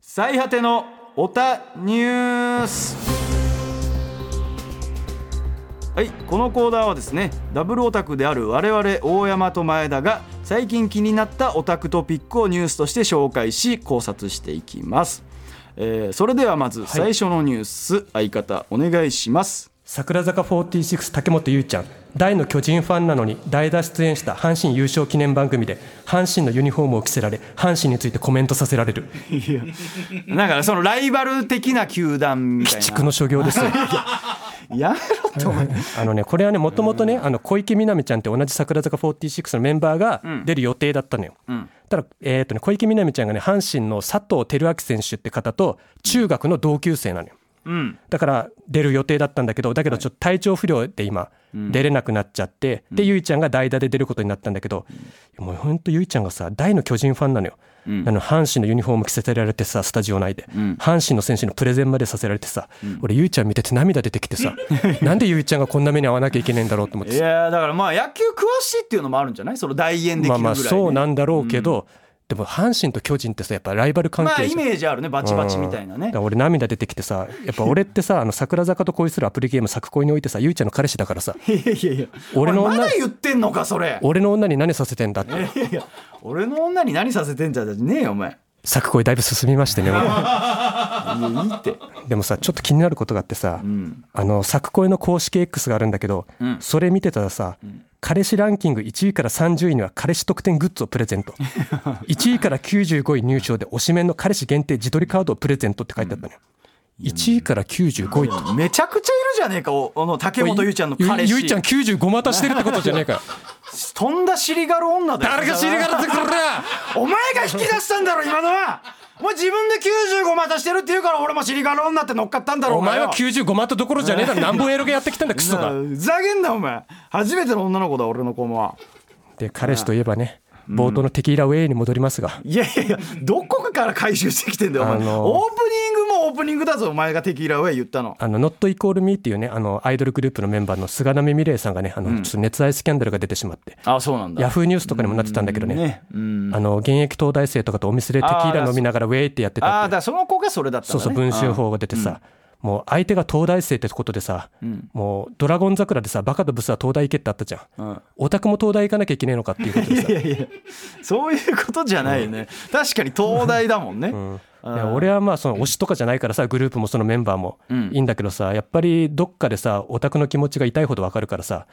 S3: 最果てのオタニュースはいこのコーナーはですねダブルオタクである我々大山と前田が最近気になったオタクトピックをニュースとして紹介し考察していきます、えーそれではまず最初のニュース、相方お願いします
S4: 桜坂46竹本優ちゃん大の巨人ファンなのに代打出演した阪神優勝記念番組で阪神のユニフォームを着せられ阪神についてコメントさせられる
S3: なんかそのライバル的な球団みたいな
S4: 地区の所業ですよ
S3: やめろってお前
S4: あのねこれはねもともとねあの小池みなみちゃんって同じ桜坂46のメンバーが出る予定だったのよ、ただ、えーとね、小池みなみちゃんがね阪神の佐藤輝明選手って方と中学の同級生なのよ、だから出る予定だったんだけどだけどちょっと体調不良で今出れなくなっちゃって、でゆいちゃんが代打で出ることになったんだけど、もうほんとゆいちゃんがさ大の巨人ファンなのよ、あの阪神のユニフォーム着せられてさスタジオ内で、阪神の選手のプレゼンまでさせられてさ、俺ゆいちゃん見てて涙出てき てさなんでゆいちゃんがこんな目に遭わなきゃいけないんだろうと思って
S3: い
S4: さ
S3: やだからまあ野球詳しいっていうのもあるんじゃないその代演でき
S4: ま
S3: るぐら
S4: あま
S3: い
S4: あ
S3: ね、
S4: そうなんだろうけど、でも阪神と巨人ってさやっぱライバル関
S3: まあ
S4: 係
S3: イ
S4: じゃん
S3: メージあるねバチバチみたいな
S4: だ
S3: ね
S4: か、ら俺涙出てきてさやっぱ俺ってさあの桜坂と恋するアプリゲーム作恋においてさゆいちゃんの彼氏だからさ
S3: いやいやいや
S4: 俺の
S3: お前ま
S4: 女
S3: だ言ってんのかそれ
S4: 俺の女に何させてんだって
S3: いやいや俺の女に何させてんじゃねえよお前
S4: 作恋だいぶ進みましてね俺
S3: いやいいって
S4: でもさちょっと気になることがあってさ、あの作恋の公式 X があるんだけど、それ見てたらさ、彼氏ランキング1位から30位には彼氏特典グッズをプレ ゼント1位から95位入賞で推しメンの彼氏限定自撮りカードをプレゼントって書いてあったのよ、1位から95位って
S3: めちゃくちゃいるじゃねえかおあの竹本ゆいちゃんの彼 氏
S4: ゆゆいちゃん95股してるってことじゃねえかよ
S3: とんだ尻がる女だよ
S4: 誰が知りがらってく れ
S3: お前が引き出したんだろ今のはお前自分で95またしてるって言うから俺も尻がる女って乗っかったんだろ
S4: お前
S3: よ
S4: は95万ったどころじゃねえだろ何本エロゲやってきたんだクソ
S3: なあ
S4: が
S3: ふざけんなお前初めての女の子だ俺の子もは
S4: で彼氏といえばね冒頭のテキーラウェイに戻りますが、
S3: いやい やいやどこから回収してきてんだよお前、
S4: あの
S3: オープニングもオープニングだぞお前がテキーラウェイ言ったの
S4: あの Not Equal Me っていうねあのアイドルグループのメンバーの菅波美玲さんがねあのちょっと熱愛スキャンダルが出てしまって、
S3: あそうなん
S4: ヤフーニュースとかにもなってたんだけどね
S3: ね
S4: あの現役東大生とかとお店でテキーラ飲みながらウェイってやってたって
S3: ああだからその子がそれだったんだ、
S4: そう
S3: ね、
S4: そう文春法が出てさ、もう相手が東大生ってことでさ、もうドラゴン桜でさバカとブスは東大行けってあったじゃん、オタクも東大行かなきゃいけねえのかっていうことでさ
S3: いやいやそういうことじゃないよね、確かに東大だもんね、
S4: いや俺はまあその推しとかじゃないからさグループもそのメンバーもいいんだけどさやっぱりどっかでさオタクの気持ちが痛いほどわかるからさ、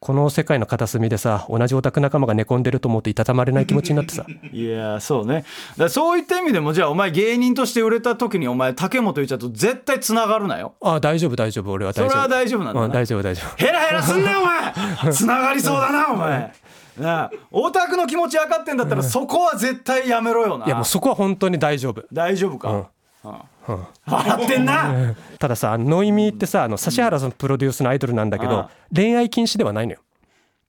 S4: この世界の片隅でさ同じオタク仲間が寝込んでると思っていたたまれない気持ちに なってさ
S3: いやーそうねだからそういった意味でもじゃあお前芸人として売れた時にお前竹本ゆいちゃんと絶対つながるなよ
S4: ああ大丈夫大丈夫俺は大丈夫
S3: それは大丈夫なんだな
S4: うん大丈夫大丈夫
S3: ヘラヘラすんなよお 前つながりそうだなお前なあオタクの気持ち分かってんだったらそこは絶対やめろよない
S4: やもうそこは本当に大丈夫
S3: 大丈夫か、うん笑ってんな
S4: たださノイミーってさあの指原さんプロデュースのアイドルなんだけ
S3: うん
S4: ど、
S3: ああ
S4: 恋愛禁止ではないのよ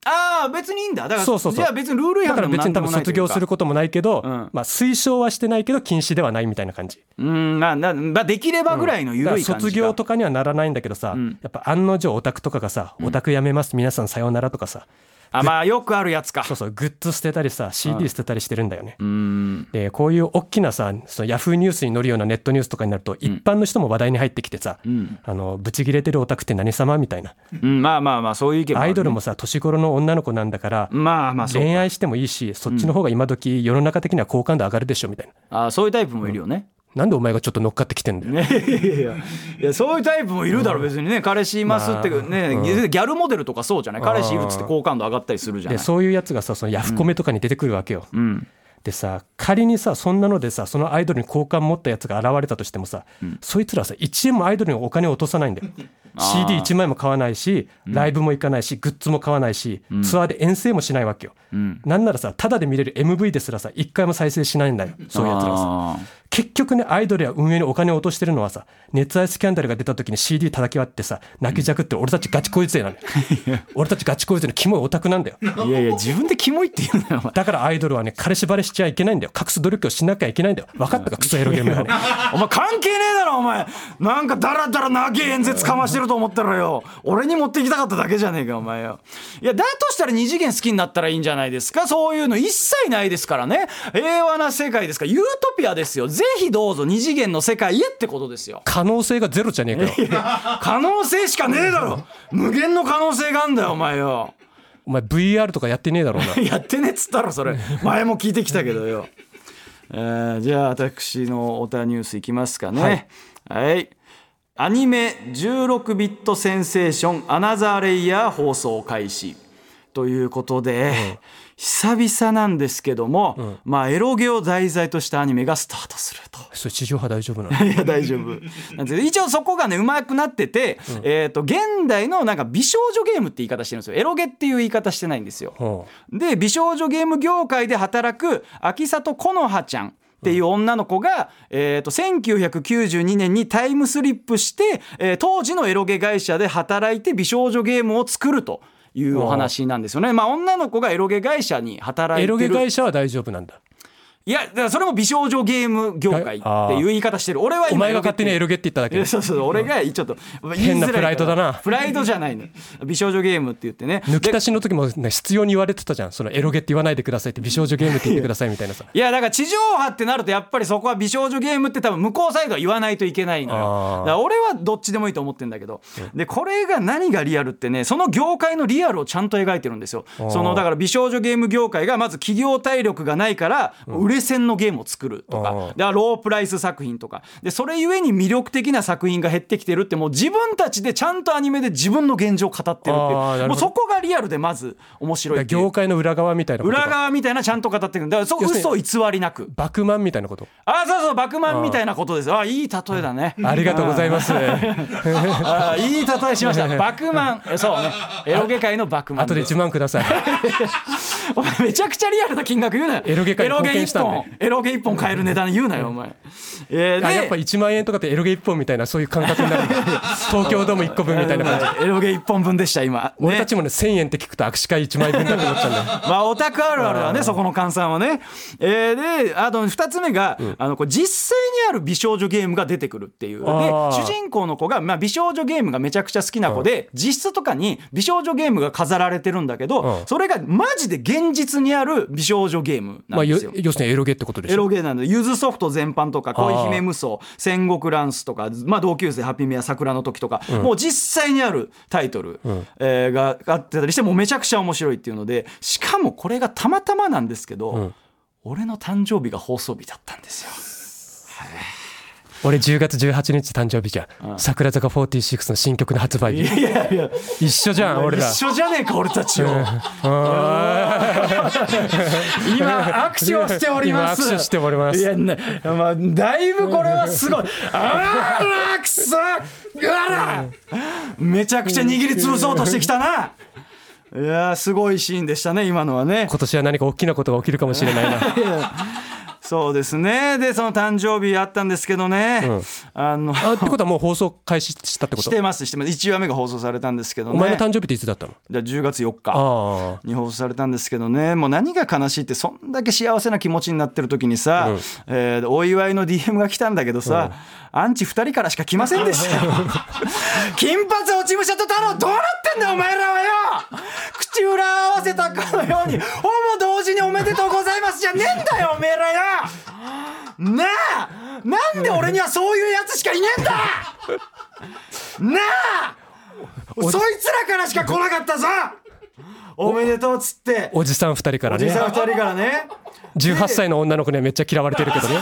S3: ああ別にいいんだだから
S4: そうそうそ
S3: じ
S4: う
S3: ゃあ別にルール違
S4: だ
S3: 反
S4: か
S3: で
S4: ら
S3: も
S4: 別
S3: 何
S4: に
S3: で
S4: 多
S3: も
S4: 分
S3: ないと
S4: 卒
S3: いう
S4: 業
S3: か
S4: することもないけど、
S3: ん
S4: まあ推奨はしてないけど禁止ではないみたいな感じ
S3: うんまあな、まあ、できればぐらいの緩い
S4: だ
S3: 感
S4: から
S3: じか
S4: 卒業とかにはならないんだけどさ、やっぱ案の定オタクとかがさ「オタクやめます皆さんさようなら」とかさ
S3: あまあよくあるやつか
S4: そうそうグッズ捨てたりさ CD 捨てたりしてるんだよね、
S3: うん
S4: でこういう大きなさそのヤフーニュースに載るようなネットニュースとかになると一般の人も話題に入ってきてさ、
S3: ん
S4: あのブチギレてるオタクって何様みたいな
S3: うんまあまあまあそういう意見もあ
S4: ア
S3: るね
S4: イドルもさ年頃の女の子なんだから、
S3: まあまあそう
S4: 恋愛してもいいしそっちの方が今時世の中的には好感度上がるでしょみたいな、
S3: あそういうタイプもいるよね、
S4: なんでお前がちょっと乗っかってきてんだよ、
S3: ねいやいやいやそういうタイプもいるだろ別にね彼氏いますって
S4: まあ
S3: ね、ギャルモデルとかそうじゃない彼氏いるっつって好感度上がったりするじゃな
S4: で
S3: い
S4: そういうやつがさそのヤフコメとかに出てくるわけよ、
S3: うん
S4: でさ仮にさそんなのでさそのアイドルに好感持ったやつが現れたとしてもさ、そいつらはさ1円もアイドルにお金を落とさない んだよ CD1 枚も買わないしライブも行かないしグッズも買わないし、ツアーで遠征もしないわけよ、
S3: ん
S4: なんならさただで見れる MV ですらさ1回も再生しないんだよそういうやつらはさ
S3: あー
S4: 結局ねアイドルや運営にお金を落としてるのはさ熱愛スキャンダルが出た時に CD 叩き割ってさ泣きじゃくって俺たちガチ 恋勢なのよ俺たちガチ恋勢のキモいオタクなんだよ
S3: いやいや自分でキモいって言うなよお前
S4: だからアイドルはね、彼氏バレしちゃいけないんだよ。隠す努力をしなきゃいけないんだよ。分かったか、クソエロゲーム はね。
S3: お前関係ねえだろお前なんかダラダラ長え演説かましてると思ったらよ俺に持ってきたかっただけじゃねえかお前よいやだとしたら二次元好きになったらいいんじゃないですかそういうの一切ないですからね平和な世界ですからユートピアですよぜひどうぞ二次元の世界へってことですよ
S4: 可能性がゼロじゃねえかよ。
S3: 可能性しかねえだろ 無限の可能性があんだよお前よ
S4: お前 VR とかやってねえだろう な。
S3: やってねっつったろそ れ前も聞いてきたけどよ、えーじゃあ私のオタニュースいきますかねはい、アニメ「16ビットセンセーションアナザーレイヤー」放送開始ということで、久々なんですけども、まあエロゲを題材としたアニメがスタートすると
S4: それ地上波大丈夫なの
S3: いや大丈夫なんですけど一応そこがねうまくなってて、えー、と現代のなんか美少女ゲームって言い方してるんですよエロゲっていう言い方してないんですよ。
S4: ほ
S3: で美少女ゲーム業界で働く秋里このはちゃんっていう女の子が、えー、と1992年にタイムスリップして、えー当時のエロゲ会社で働いて美少女ゲームを作るというお話なんですよね。まあ、女の子がエロゲ会社に働
S4: う
S3: いて
S4: エ
S3: る
S4: ロゲ会社は大丈夫なんだ。
S3: いやだからそれも美少女ゲーム業界っていう言い方してる俺は
S4: お
S3: 今
S4: 前が勝手にエ
S3: ゲって
S4: ロゲって言っただ
S3: い
S4: け
S3: や。 そうそう俺がちょっと言いづらいから
S4: 変なプライドだな
S3: プライドじゃないの美少女ゲームって言ってね
S4: 抜き出しの時もね、必要に言われてたじゃん。そのエロゲって言わないでくださいって、美少女ゲームって言ってくださいみたいなさ。
S3: いやだから地上波ってなるとやっぱりそこは美少女ゲームって多分向こうサイドは言わないといけないのよ
S4: あー
S3: だから俺はどっちでもいいと思ってんだけどでこれが何がリアルってねその業界のリアルをちゃんと描いてるんですよ
S4: ー
S3: そのだから美少女ゲーム業界がまず企業体力がないから売れ線のゲームを作ると
S4: あ
S3: か
S4: ー
S3: だからロープライス作品とかでそれゆえに魅力的な作品が減ってきてるってもう自分たちでちゃんとアニメで自分の現状を語ってるってい
S4: あーなるほ
S3: う
S4: ど
S3: もうそこがリアルでまず面白いっていう
S4: 業界の裏側みたいなことか。
S3: 裏側みたいなちゃんと語ってくるだからそ
S4: 要する
S3: 嘘偽りなく
S4: バクマンみたいなこと。
S3: あそうそうバクマンみたいなことですあいい例えだね
S4: ありがとうございます。
S3: あいい例えしましたバクマンえそうねエロゲ界のバクマン
S4: 後で1万ください。
S3: お前めちゃくちゃリアルな金額言うなよ
S4: エロゲ界に貢献
S3: 一
S4: したんで
S3: 本エロゲ一本買える値段言うなよお前えーで
S4: あやっぱ1万円とかってエロゲ1本みたいなそういう感覚に なるんだ東京ドーム1個分みたいな感じ
S3: エロゲ一本分でした今
S4: 俺
S3: ね
S4: たちもね1000円って聞くと握手会1万円分だって思っちゃうんだ よ
S3: まあオタクあるあるだねそこの換算はね、えーであと2つ目が、あのこう実際にある美少女ゲームが出てくるっていうで
S4: あー
S3: 主人公の子が、まあ、美少女ゲームがめちゃくちゃ好きな子で、実質とかに美少女ゲームが飾られてるんだけど、
S4: うん
S3: それがマジで現実にある美少女ゲーム
S4: ま
S3: な
S4: あ
S3: んで
S4: よ
S3: すよ。
S4: 要するにエロゲってことでし
S3: エ
S4: ょ
S3: ロゲーなんでゆずソフト全般とか
S4: ー
S3: 恋姫無双戦国乱世とか、まあ、同級生ハッピーメア桜の時とか、もう実際にあるタイトル、えーがあってたりしてもうめちゃくちゃ面白いっていうのでしかもこれがたまたまなんですけど、俺の誕生日が放送日だったんですよ。
S4: 俺10月18日誕生日じゃん、桜坂46の新曲の発売
S3: い
S4: 日
S3: やいや
S4: 一緒じゃん俺ら
S3: 一緒じゃねえか俺たちを。今握手をしております。
S4: 今握手しております
S3: いやね、まあだいぶこれはすごい。あらくそ、あら。めちゃくちゃ握り潰そうとしてきたな。いやーすごいシーンでしたね今のはね。
S4: 今年は何か大きなことが起きるかもしれない な
S3: そうですね。でその誕生日あったんですけどね。あの
S4: あってことはもう放送開始したってこ
S3: し
S4: と
S3: てますしてます。一話目が放送されたんですけどね。
S4: お前の誕生日っていつだったの
S3: じゃあ10月4日。
S4: ああ
S3: に放送されたんですけどねもう何が悲しいってそんだけ幸せな気持ちになってる時にさ、えーお祝いの DM が来たんだけどさ、アンチ2人からしか来ませんでしたよ金髪落ち武者と太郎どうなってんだよお前らはよ口裏合わせたかのように、ほぼ同時におめでとうございますじゃねえんだよ、おめえらよなあなんで俺にはそういうやつしかいねえんだなあそいつらからしか来なかったぞおめでとうっつって、
S4: おじさん二人から
S3: おじ
S4: ね
S3: さん二人からね。
S4: 18歳の女の子にはめっちゃ嫌われてるけど ね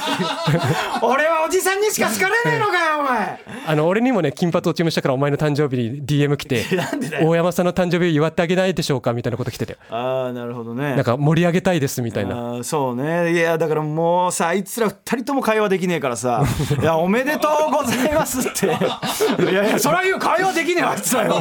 S3: 俺はおじさんにしか好かれねえのかよお前
S4: あの俺にもね金髪落ちましたからお前の誕生日に DM 来て大山さんの誕生日を祝ってあげないでしょうかみたいなこと来てて
S3: ああなるほどね
S4: なんか盛り上げたいですみたいな
S3: あーそうねいやだからもうさあいつら二人とも会話できねえから さ「いやおめでとうございます」っていやいやそりゃ言う会話できねえわあいつら よ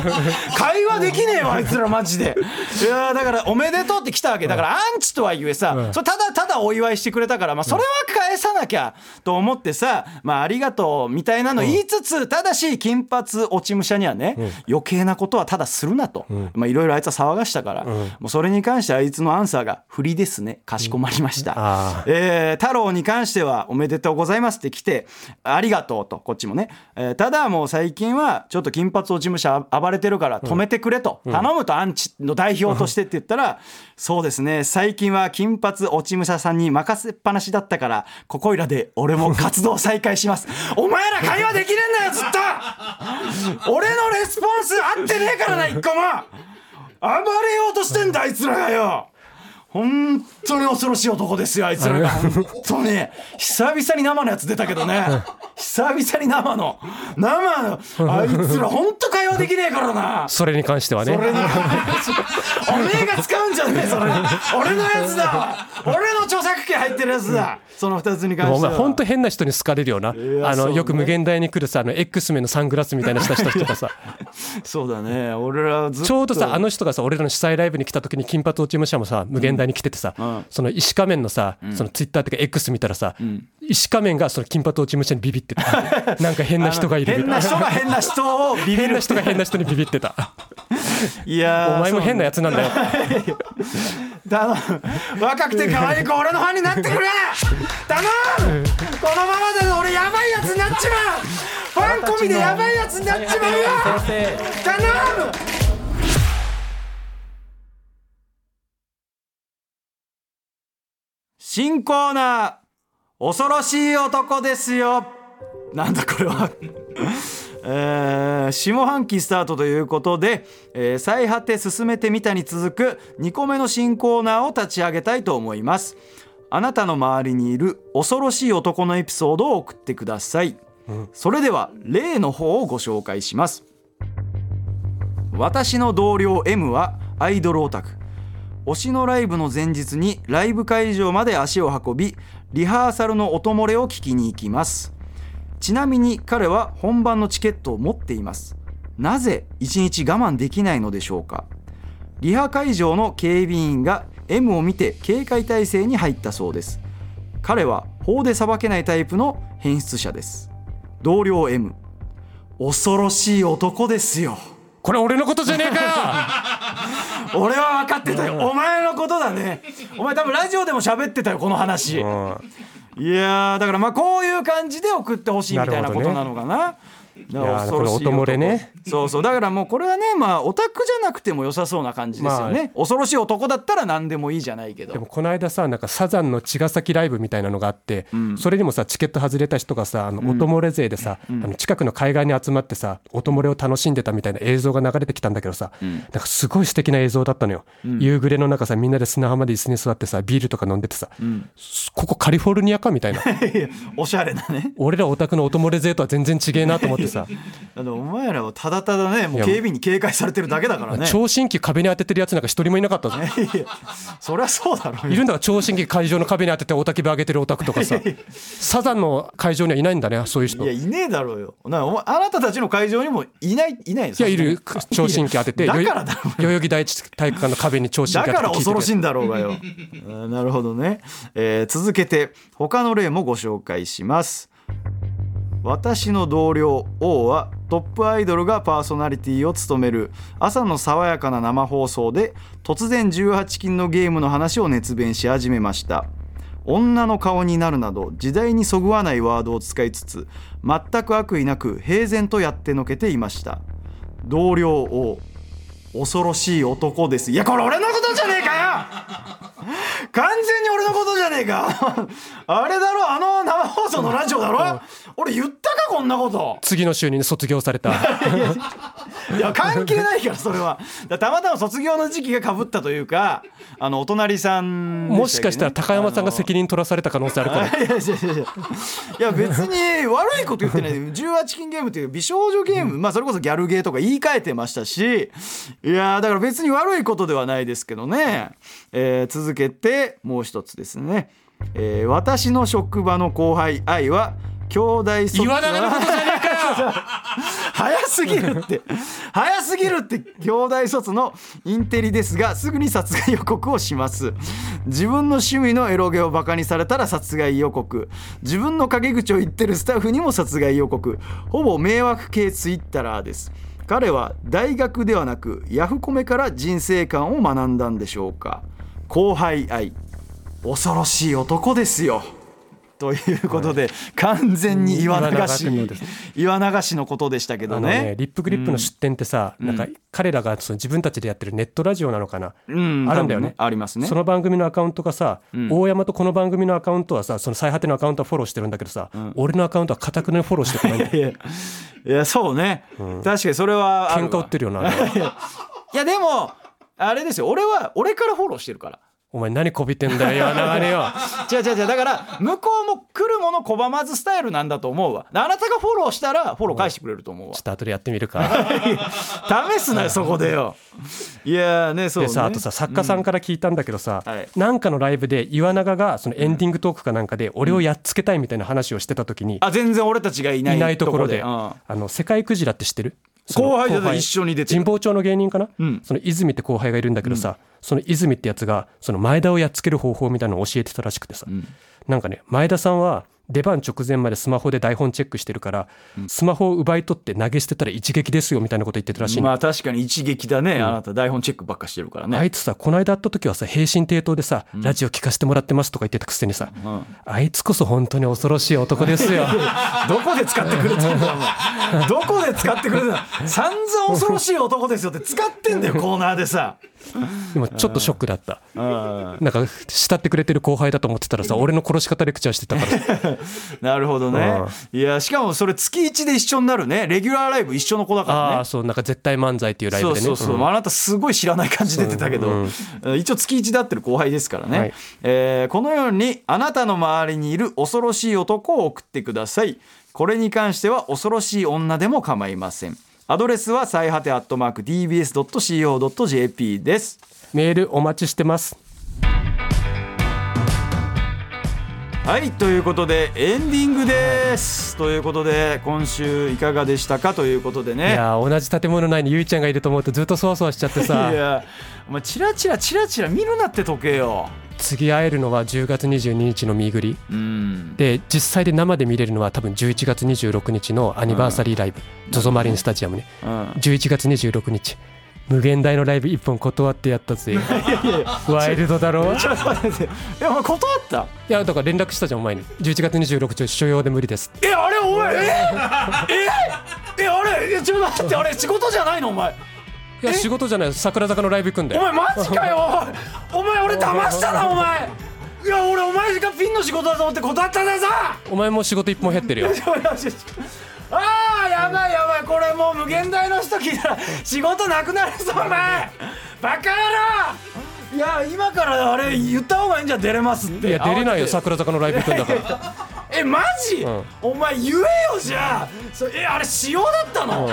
S3: 会話できねえわあいつらマジでいやだから「おめでとう」って来たわけだからアンチとはいえさ、それただただお祝いしてくれたから、まあ、それは返さなきゃと思ってさ「まあ、ありがとう」みたいなの言いつつ、ただし金髪落ち武者にはね、余計なことはただするなと、まあ、いろいろあいつは騒がしたから、もうそれに関してあいつのアンサーが「振りですねかしこまりました」
S4: あ
S3: えー太郎に関しては「おめでとうございます」って来て「ありがとう」とこっちもね、えーただもう最近はちょっと金髪落ち武者暴れてるから止めてくれと、頼むとアンチの代表としてって言ったら「そうですね最近は金髪落ち武者さんに任せっぱなしだったからここいらで俺も活動再開します」「お前ら会話できねえんだよずっと!」俺のレスポンス合ってねえからな一個も暴れようとしてんだあいつらがよ本当に恐ろしい男ですよあいつらが本当に久々に生のやつ出たけどね久々に生の生のあいつら本当会話できねえからな
S4: それに関してはね
S3: 俺におめえが使うんじゃねえそれ俺のやつだ俺の著作権入ってるやつだその二つに関して
S4: お
S3: は
S4: 前本当変な人に好かれるよなあ
S3: やそう
S4: の
S3: ね
S4: よく無限大に来るさあの X メンのサングラスみたいなした人と かさ
S3: そうだね俺らずっと
S4: ちょうどさあの人がさ俺らの主催ライブに来た時に金髪落ち武者もさ無限大に来ててさ、その石仮面のさ、そのツイッターとか X 見たらさ、石仮面がその金髪落ち武者にビビっ てたなんか変な人がいる
S3: 変な人が変な人をビビ
S4: 変
S3: る
S4: な人が変な人にビビってた
S3: いやー
S4: お前も変なやつなん だよ
S3: 頼む若くて可愛い子俺のファンになってくれ頼むこのままだと俺やばいやつになっちまうファン込みでやばいやつになっちまうよ頼む新コーナー恐ろしい男ですよなんだこれはえー下半期スタートということで「えー最果て進めてみた」に続く2個目の新コーナーを立ち上げたいと思いますあなたの周りにいる恐ろしい男のエピソードを送ってください、それでは例の方をご紹介します私の同僚 M はアイドルオタク推しのライブの前日にライブ会場まで足を運びリハーサルの音漏れを聞きに行きますちなみに彼は本番のチケットを持っていますなぜ1日我慢できないのでしょうかリハ会場の警備員が M を見て警戒態勢に入ったそうです彼は法で裁けないタイプの変質者です同僚 M 恐ろしい男ですよ
S4: これ俺のことじゃねえかよ
S3: 俺は分かってたよお前のことだ ねお前多分ラジオでも喋ってたよこの話いやーだからまあこういう感じで送ってほしいみたいなことなのかなだから
S4: いやー
S3: 恐ろしい
S4: これ音漏れね
S3: 男そうそうだからもうこれはねまあオタクじゃなくても良さそうな感じですよね、恐ろしい男だったら何でもいいじゃないけ
S4: で
S3: ど
S4: もこの間さなんかサザンの茅ヶ崎ライブみたいなのがあって、それにもさチケット外れた人がさあの音漏れ勢でさ、あの近くの海岸に集まってさ音漏れを楽しんでたみたいな映像が流れてきたんだけどさ、なんかすごい素敵な映像だったのよ、夕暮れの中さみんなで砂浜で椅子に座ってさビールとか飲んでてさ、すここカリフォルニアかみたい な
S3: おしゃれなね
S4: 俺らオタクの音漏れ勢とは全然違えなと思って さ、
S3: あのお前らはただただねもう
S4: や
S3: 警備員に警戒されてるだけだからね
S4: 聴診器壁に当ててるやつなんか一人もいなかったぞ
S3: そりゃそうだろう
S4: い
S3: よ
S4: るんだから聴診器会場の壁に当てておたき火上げてるオタクとか さサザンの会場にはいないんだねそういう人
S3: いやいねえだろうよなお前あなたたちの会場にもいないいない
S4: い
S3: い
S4: やいる聴診器当てて
S3: だ
S4: 代
S3: からだろ
S4: 々木第一体育館の壁に聴診
S3: だ
S4: 器当て
S3: か
S4: て
S3: ら
S4: 聞いて
S3: 恐ろしい
S4: い
S3: んだろうが よ。あーなるほどね、えー続けて他の例もご紹介します。私の同僚 O はトップアイドルがパーソナリティを務める朝の爽やかな生放送で突然18禁のゲームの話を熱弁し始めました女の顔になるなど時代にそぐわないワードを使いつつ全く悪意なく平然とやってのけていました同僚 O 恐ろしい男ですいやこれ俺のことじゃねえかよ 完全に俺のことじゃねえか あれだろあの生放送のラジオだろ俺言ったかこんなこと
S4: 次の週に卒業された
S3: いや関係ないからそれはだたまたま卒業の時期がかぶったというかあのお隣さんで
S4: もしかしたら
S3: っけね
S4: 高山さんが責任取らされた可能性あるか
S3: いやいやいやいやいや別に悪いこと言ってない18金ゲームっていう美少女ゲーム、まあそれこそギャルゲーとか言い換えてましたしいやだから別に悪いことではないですけどね、えー続けてもう一つですね、えー私の職場の後輩愛は兄弟卒
S4: ら岩永のことじゃねえかよ
S3: 早すぎるって早すぎるって兄弟卒のインテリですがすぐに殺害予告をします自分の趣味のエロゲをバカにされたら殺害予告自分の陰口を言ってるスタッフにも殺害予告ほぼ迷惑系ツイッターです彼は大学ではなくヤフコメから人生観を学んだんでしょうか後輩愛恐ろしい男ですよということで、完全に岩流し
S4: 岩流し
S3: 岩流しのことでしたけ
S4: あ
S3: ど
S4: の
S3: ね
S4: ねリップグリップの出店ってさ、なんか彼らがその自分たちでやってるネットラジオなのかな、
S3: うん
S4: あるんだよ
S3: 多分
S4: ね
S3: ありますね
S4: その番組のアカウントがさ、大山とこの番組のアカウントはさその最果てのアカウントはフォローしてるんだけどさ、俺のアカウントはかたくなにフォローしてこないんだよ
S3: いやいやそうね、確かにそれはある
S4: 喧
S3: わ
S4: 嘩売ってるよなあれ
S3: いやでもあれですよ俺は俺からフォローしてるから
S4: お前何こびてんだよ岩永によ
S3: 違う違う違うだから向こうも来るもの拒まずスタイルなんだと思うわあなたがフォローしたらフォロー返してくれると思うわ
S4: ちょっと後でやってみるか
S3: 試すなよそこでよいやーねそう
S4: で
S3: ね
S4: さあとさ作家さんから聞いたんだけどさ、
S3: うんはい
S4: なんかのライブで岩永がそのエンディングトークかなんかで俺をやっつけたいみたいな話をしてた時に、
S3: あ全然俺たちがいない
S4: いないところで
S3: うん
S4: あの世界クジラって知ってる
S3: 後輩と一緒に出てる
S4: 神保町の芸人かな、
S3: ん
S4: その泉って後輩がいるんだけどさ、その泉ってやつがその前田をやっつける方法みたいなのを教えてたらしくてさ、なんかね前田さんは出番直前までスマホで台本チェックしてるから、スマホを奪い取って投げ捨てたら一撃ですよみたいなこと言ってたらしいの、
S3: まあ確かに一撃だね、あなた台本チェックばっかしてるからね、
S4: あいつさこの間会った時はさ平身抵当でさ、ラジオ聞かせてもらってますとか言ってたくせにさ、あいつこそ本当に恐ろしい男です よ
S3: どこで使ってくれたんだお前どこで使ってくれたの散々恐ろしい男ですよって使ってんだよコーナーでさ
S4: 今ちょっとショックだったなんか慕ってくれてる後輩だと思ってたらさ俺の殺し方レクチャーしてたから
S3: なるほどねいやしかもそれ月1で一緒になるねレギュラーライブ一緒の子だから
S4: あ
S3: ね
S4: あそうなんか絶対漫才っていうライブ
S3: そ
S4: で
S3: う
S4: ね
S3: そうそう、
S4: うん
S3: あなたすごい知らない感じ出てたけど、一応月1だってる後輩ですからね、
S4: はい
S3: えーこのようにあなたの周りにいる恐ろしい男を送ってくださいこれに関しては恐ろしい女でも構いませんアドレスは最果てアットマーク DBS.CO.JP です
S4: メールお待ちしてます
S3: はいということでエンディングです、ということで今週いかがでしたかということで
S4: い
S3: ね
S4: やー同じ建物内にゆいちゃんがいると思うとずっとそわそわしちゃって
S3: い
S4: さ
S3: やお前チラチラチラチラ見るなって時計よ
S4: 次会えるのは10月22日のミーグリ
S3: うん
S4: で実際で生で見れるのは多分11月26日のアニバーサリーライブ ZOZO マリンスタジアムね
S3: うん
S4: 11月26日無限大のライブ一本断ってやったぜワイルドだろ
S3: ちょっと待ってえお前断った
S4: いやだから連絡したじゃんお前に11月26日所用で無理です
S3: えあれお前えええあれえちょっと待ってあれ仕事じゃないのお前
S4: いや仕事じゃない桜坂のライブ行くんだ
S3: お
S4: よ
S3: 前マジかよおいお前俺騙したなお前いや俺お前がピンの仕事だと思って断ったんだぞ
S4: お前も仕事一本減ってるよ
S3: ああやばいやばいこれもう無限大の人聞いたら仕事なくなるぞお前バカ野郎いや今からあれ言った方がいいんじゃん出れますって
S4: い
S3: い
S4: や出れないよ桜坂のライブ行くんだから
S3: えマジ、
S4: ん
S3: お前言えよじゃあそれえあれ仕様だったの、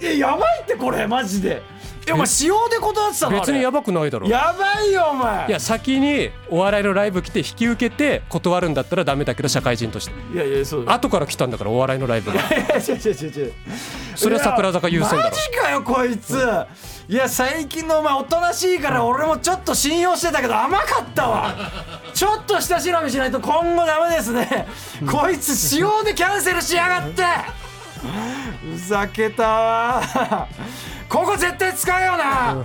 S3: えやばいってこれマジでえお前仕様で断ってた
S4: う
S3: の
S4: ん別にや
S3: ば
S4: ばくないだろ
S3: やばいよお前
S4: いや先にお笑いのライブ来て引き受けて断るんだったらダメだけど社会人として
S3: いやいやそうだ
S4: 後から来たんだからお笑いのライ ブ
S3: い
S4: が
S3: や違う違う違う違う
S4: それは桜坂優先だろ
S3: いやマジかよこいつ、いや最近のお前おとなしいから俺もちょっと信用してたけど甘かったわちょっと下調べしないと今後ダメですねこいつ仕様でキャンセルしやがってふざけたわここ絶対使えよな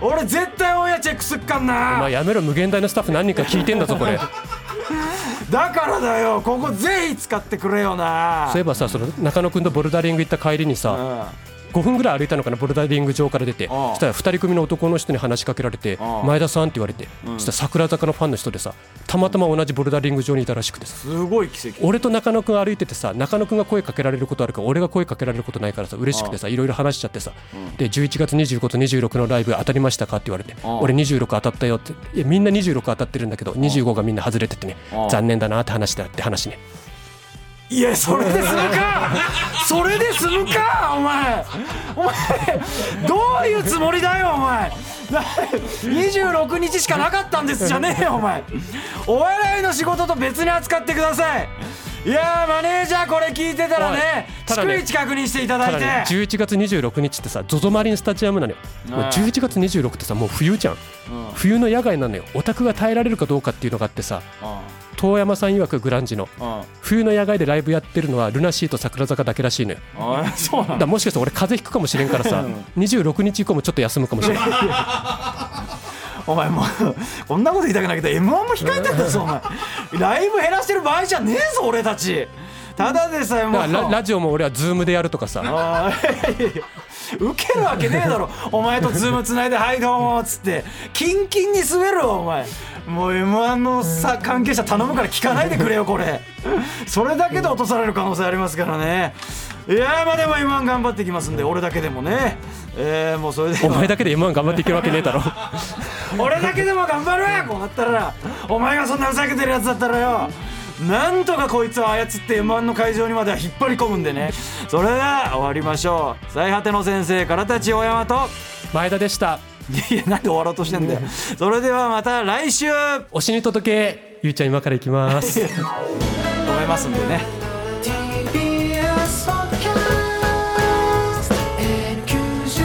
S3: 俺絶対オンエアチェックすっかん
S4: まあ
S3: な
S4: やめろ無限大のスタッフ何人か聞いてんだぞこ れそ
S3: だからだよここぜひ使ってくれよな
S4: ういえばさその中野くんとボルダリング行った帰りにさ
S3: うん
S4: 5分ぐらい歩いたのかなボルダリング場から出て
S3: ああ
S4: そしたら2人組の男の人に話しかけられて
S3: ああ
S4: 前田さんって言われてそしたら桜坂のファンの人でさたまたま同じボルダリング場にいたらしくてさ
S3: すごい奇跡
S4: 俺と中野くん歩いててさ中野くんが声かけられることあるから俺が声かけられることないからさ嬉しくてさいろいろ話しちゃってさ、で11月25と26のライブ当たりましたかって言われて
S3: ん
S4: 俺26当たったよっていやみんな26当たってるんだけど25がみんな外れててね
S3: ん
S4: 残念だなって話だって話ね
S3: いやそれで済む かそれで済むかお前お前どういうつもりだよお前な26日しかなかったんですじゃね えよお前お笑いの仕事と別に扱ってくださいいやーマネージャーこれ聞いてたらね
S4: おいただ
S3: 逐
S4: ね
S3: 一確認していただ
S4: た
S3: い
S4: だ
S3: て
S4: ね11月26日ってさ ZOZO マリンスタジアムなのよもう11月26ってさもう冬じゃん、冬の野外なのよオタクが耐えられるかどうかっていうのがあってさ遠山さん曰くグランジの
S3: うんうん
S4: 冬の野外でライブやってるのはルナシーと桜坂だけらしいのよ
S3: あれそうなん
S4: だか
S3: だ
S4: らもしかしたら俺風邪ひくかもしれんからさ、26日以降もちょっと休むかもしれない
S3: お前もうこんなこと言いたくないけど m 1も控えてんだぞお前ライブ減らしてる場合じゃねえぞ俺たちただでさえも
S4: だか
S3: う
S4: らララジオも俺はズームでやるとかさ
S3: あー受けるわけねえだろお前とズームつないで「はいどうも」っつってキンキンに滑るわお前もう m 1のさ関係者頼むから聞かないでくれよこれそれだけで落とされる可能性ありますからねいやーまあでも m 1頑張っていきますんで俺だけでもねえー、もうそれで
S4: お前だけで m 1頑張っていけるわけねえだろ
S3: 俺だけでも頑張るこうなったらお前がそんなふざけてるやつだったらよなんとかこいつを操って m 1の会場にまでは引っ張り込むんでねそれでは終わりましょう最果ての先生からたち大山と
S4: 前田でした
S3: いやなんで終わろうとしてんだよそれではまた来週思
S4: 推しに届けゆうちゃん今から行きます
S3: いますんでね
S2: TBS ポッドキャスト N93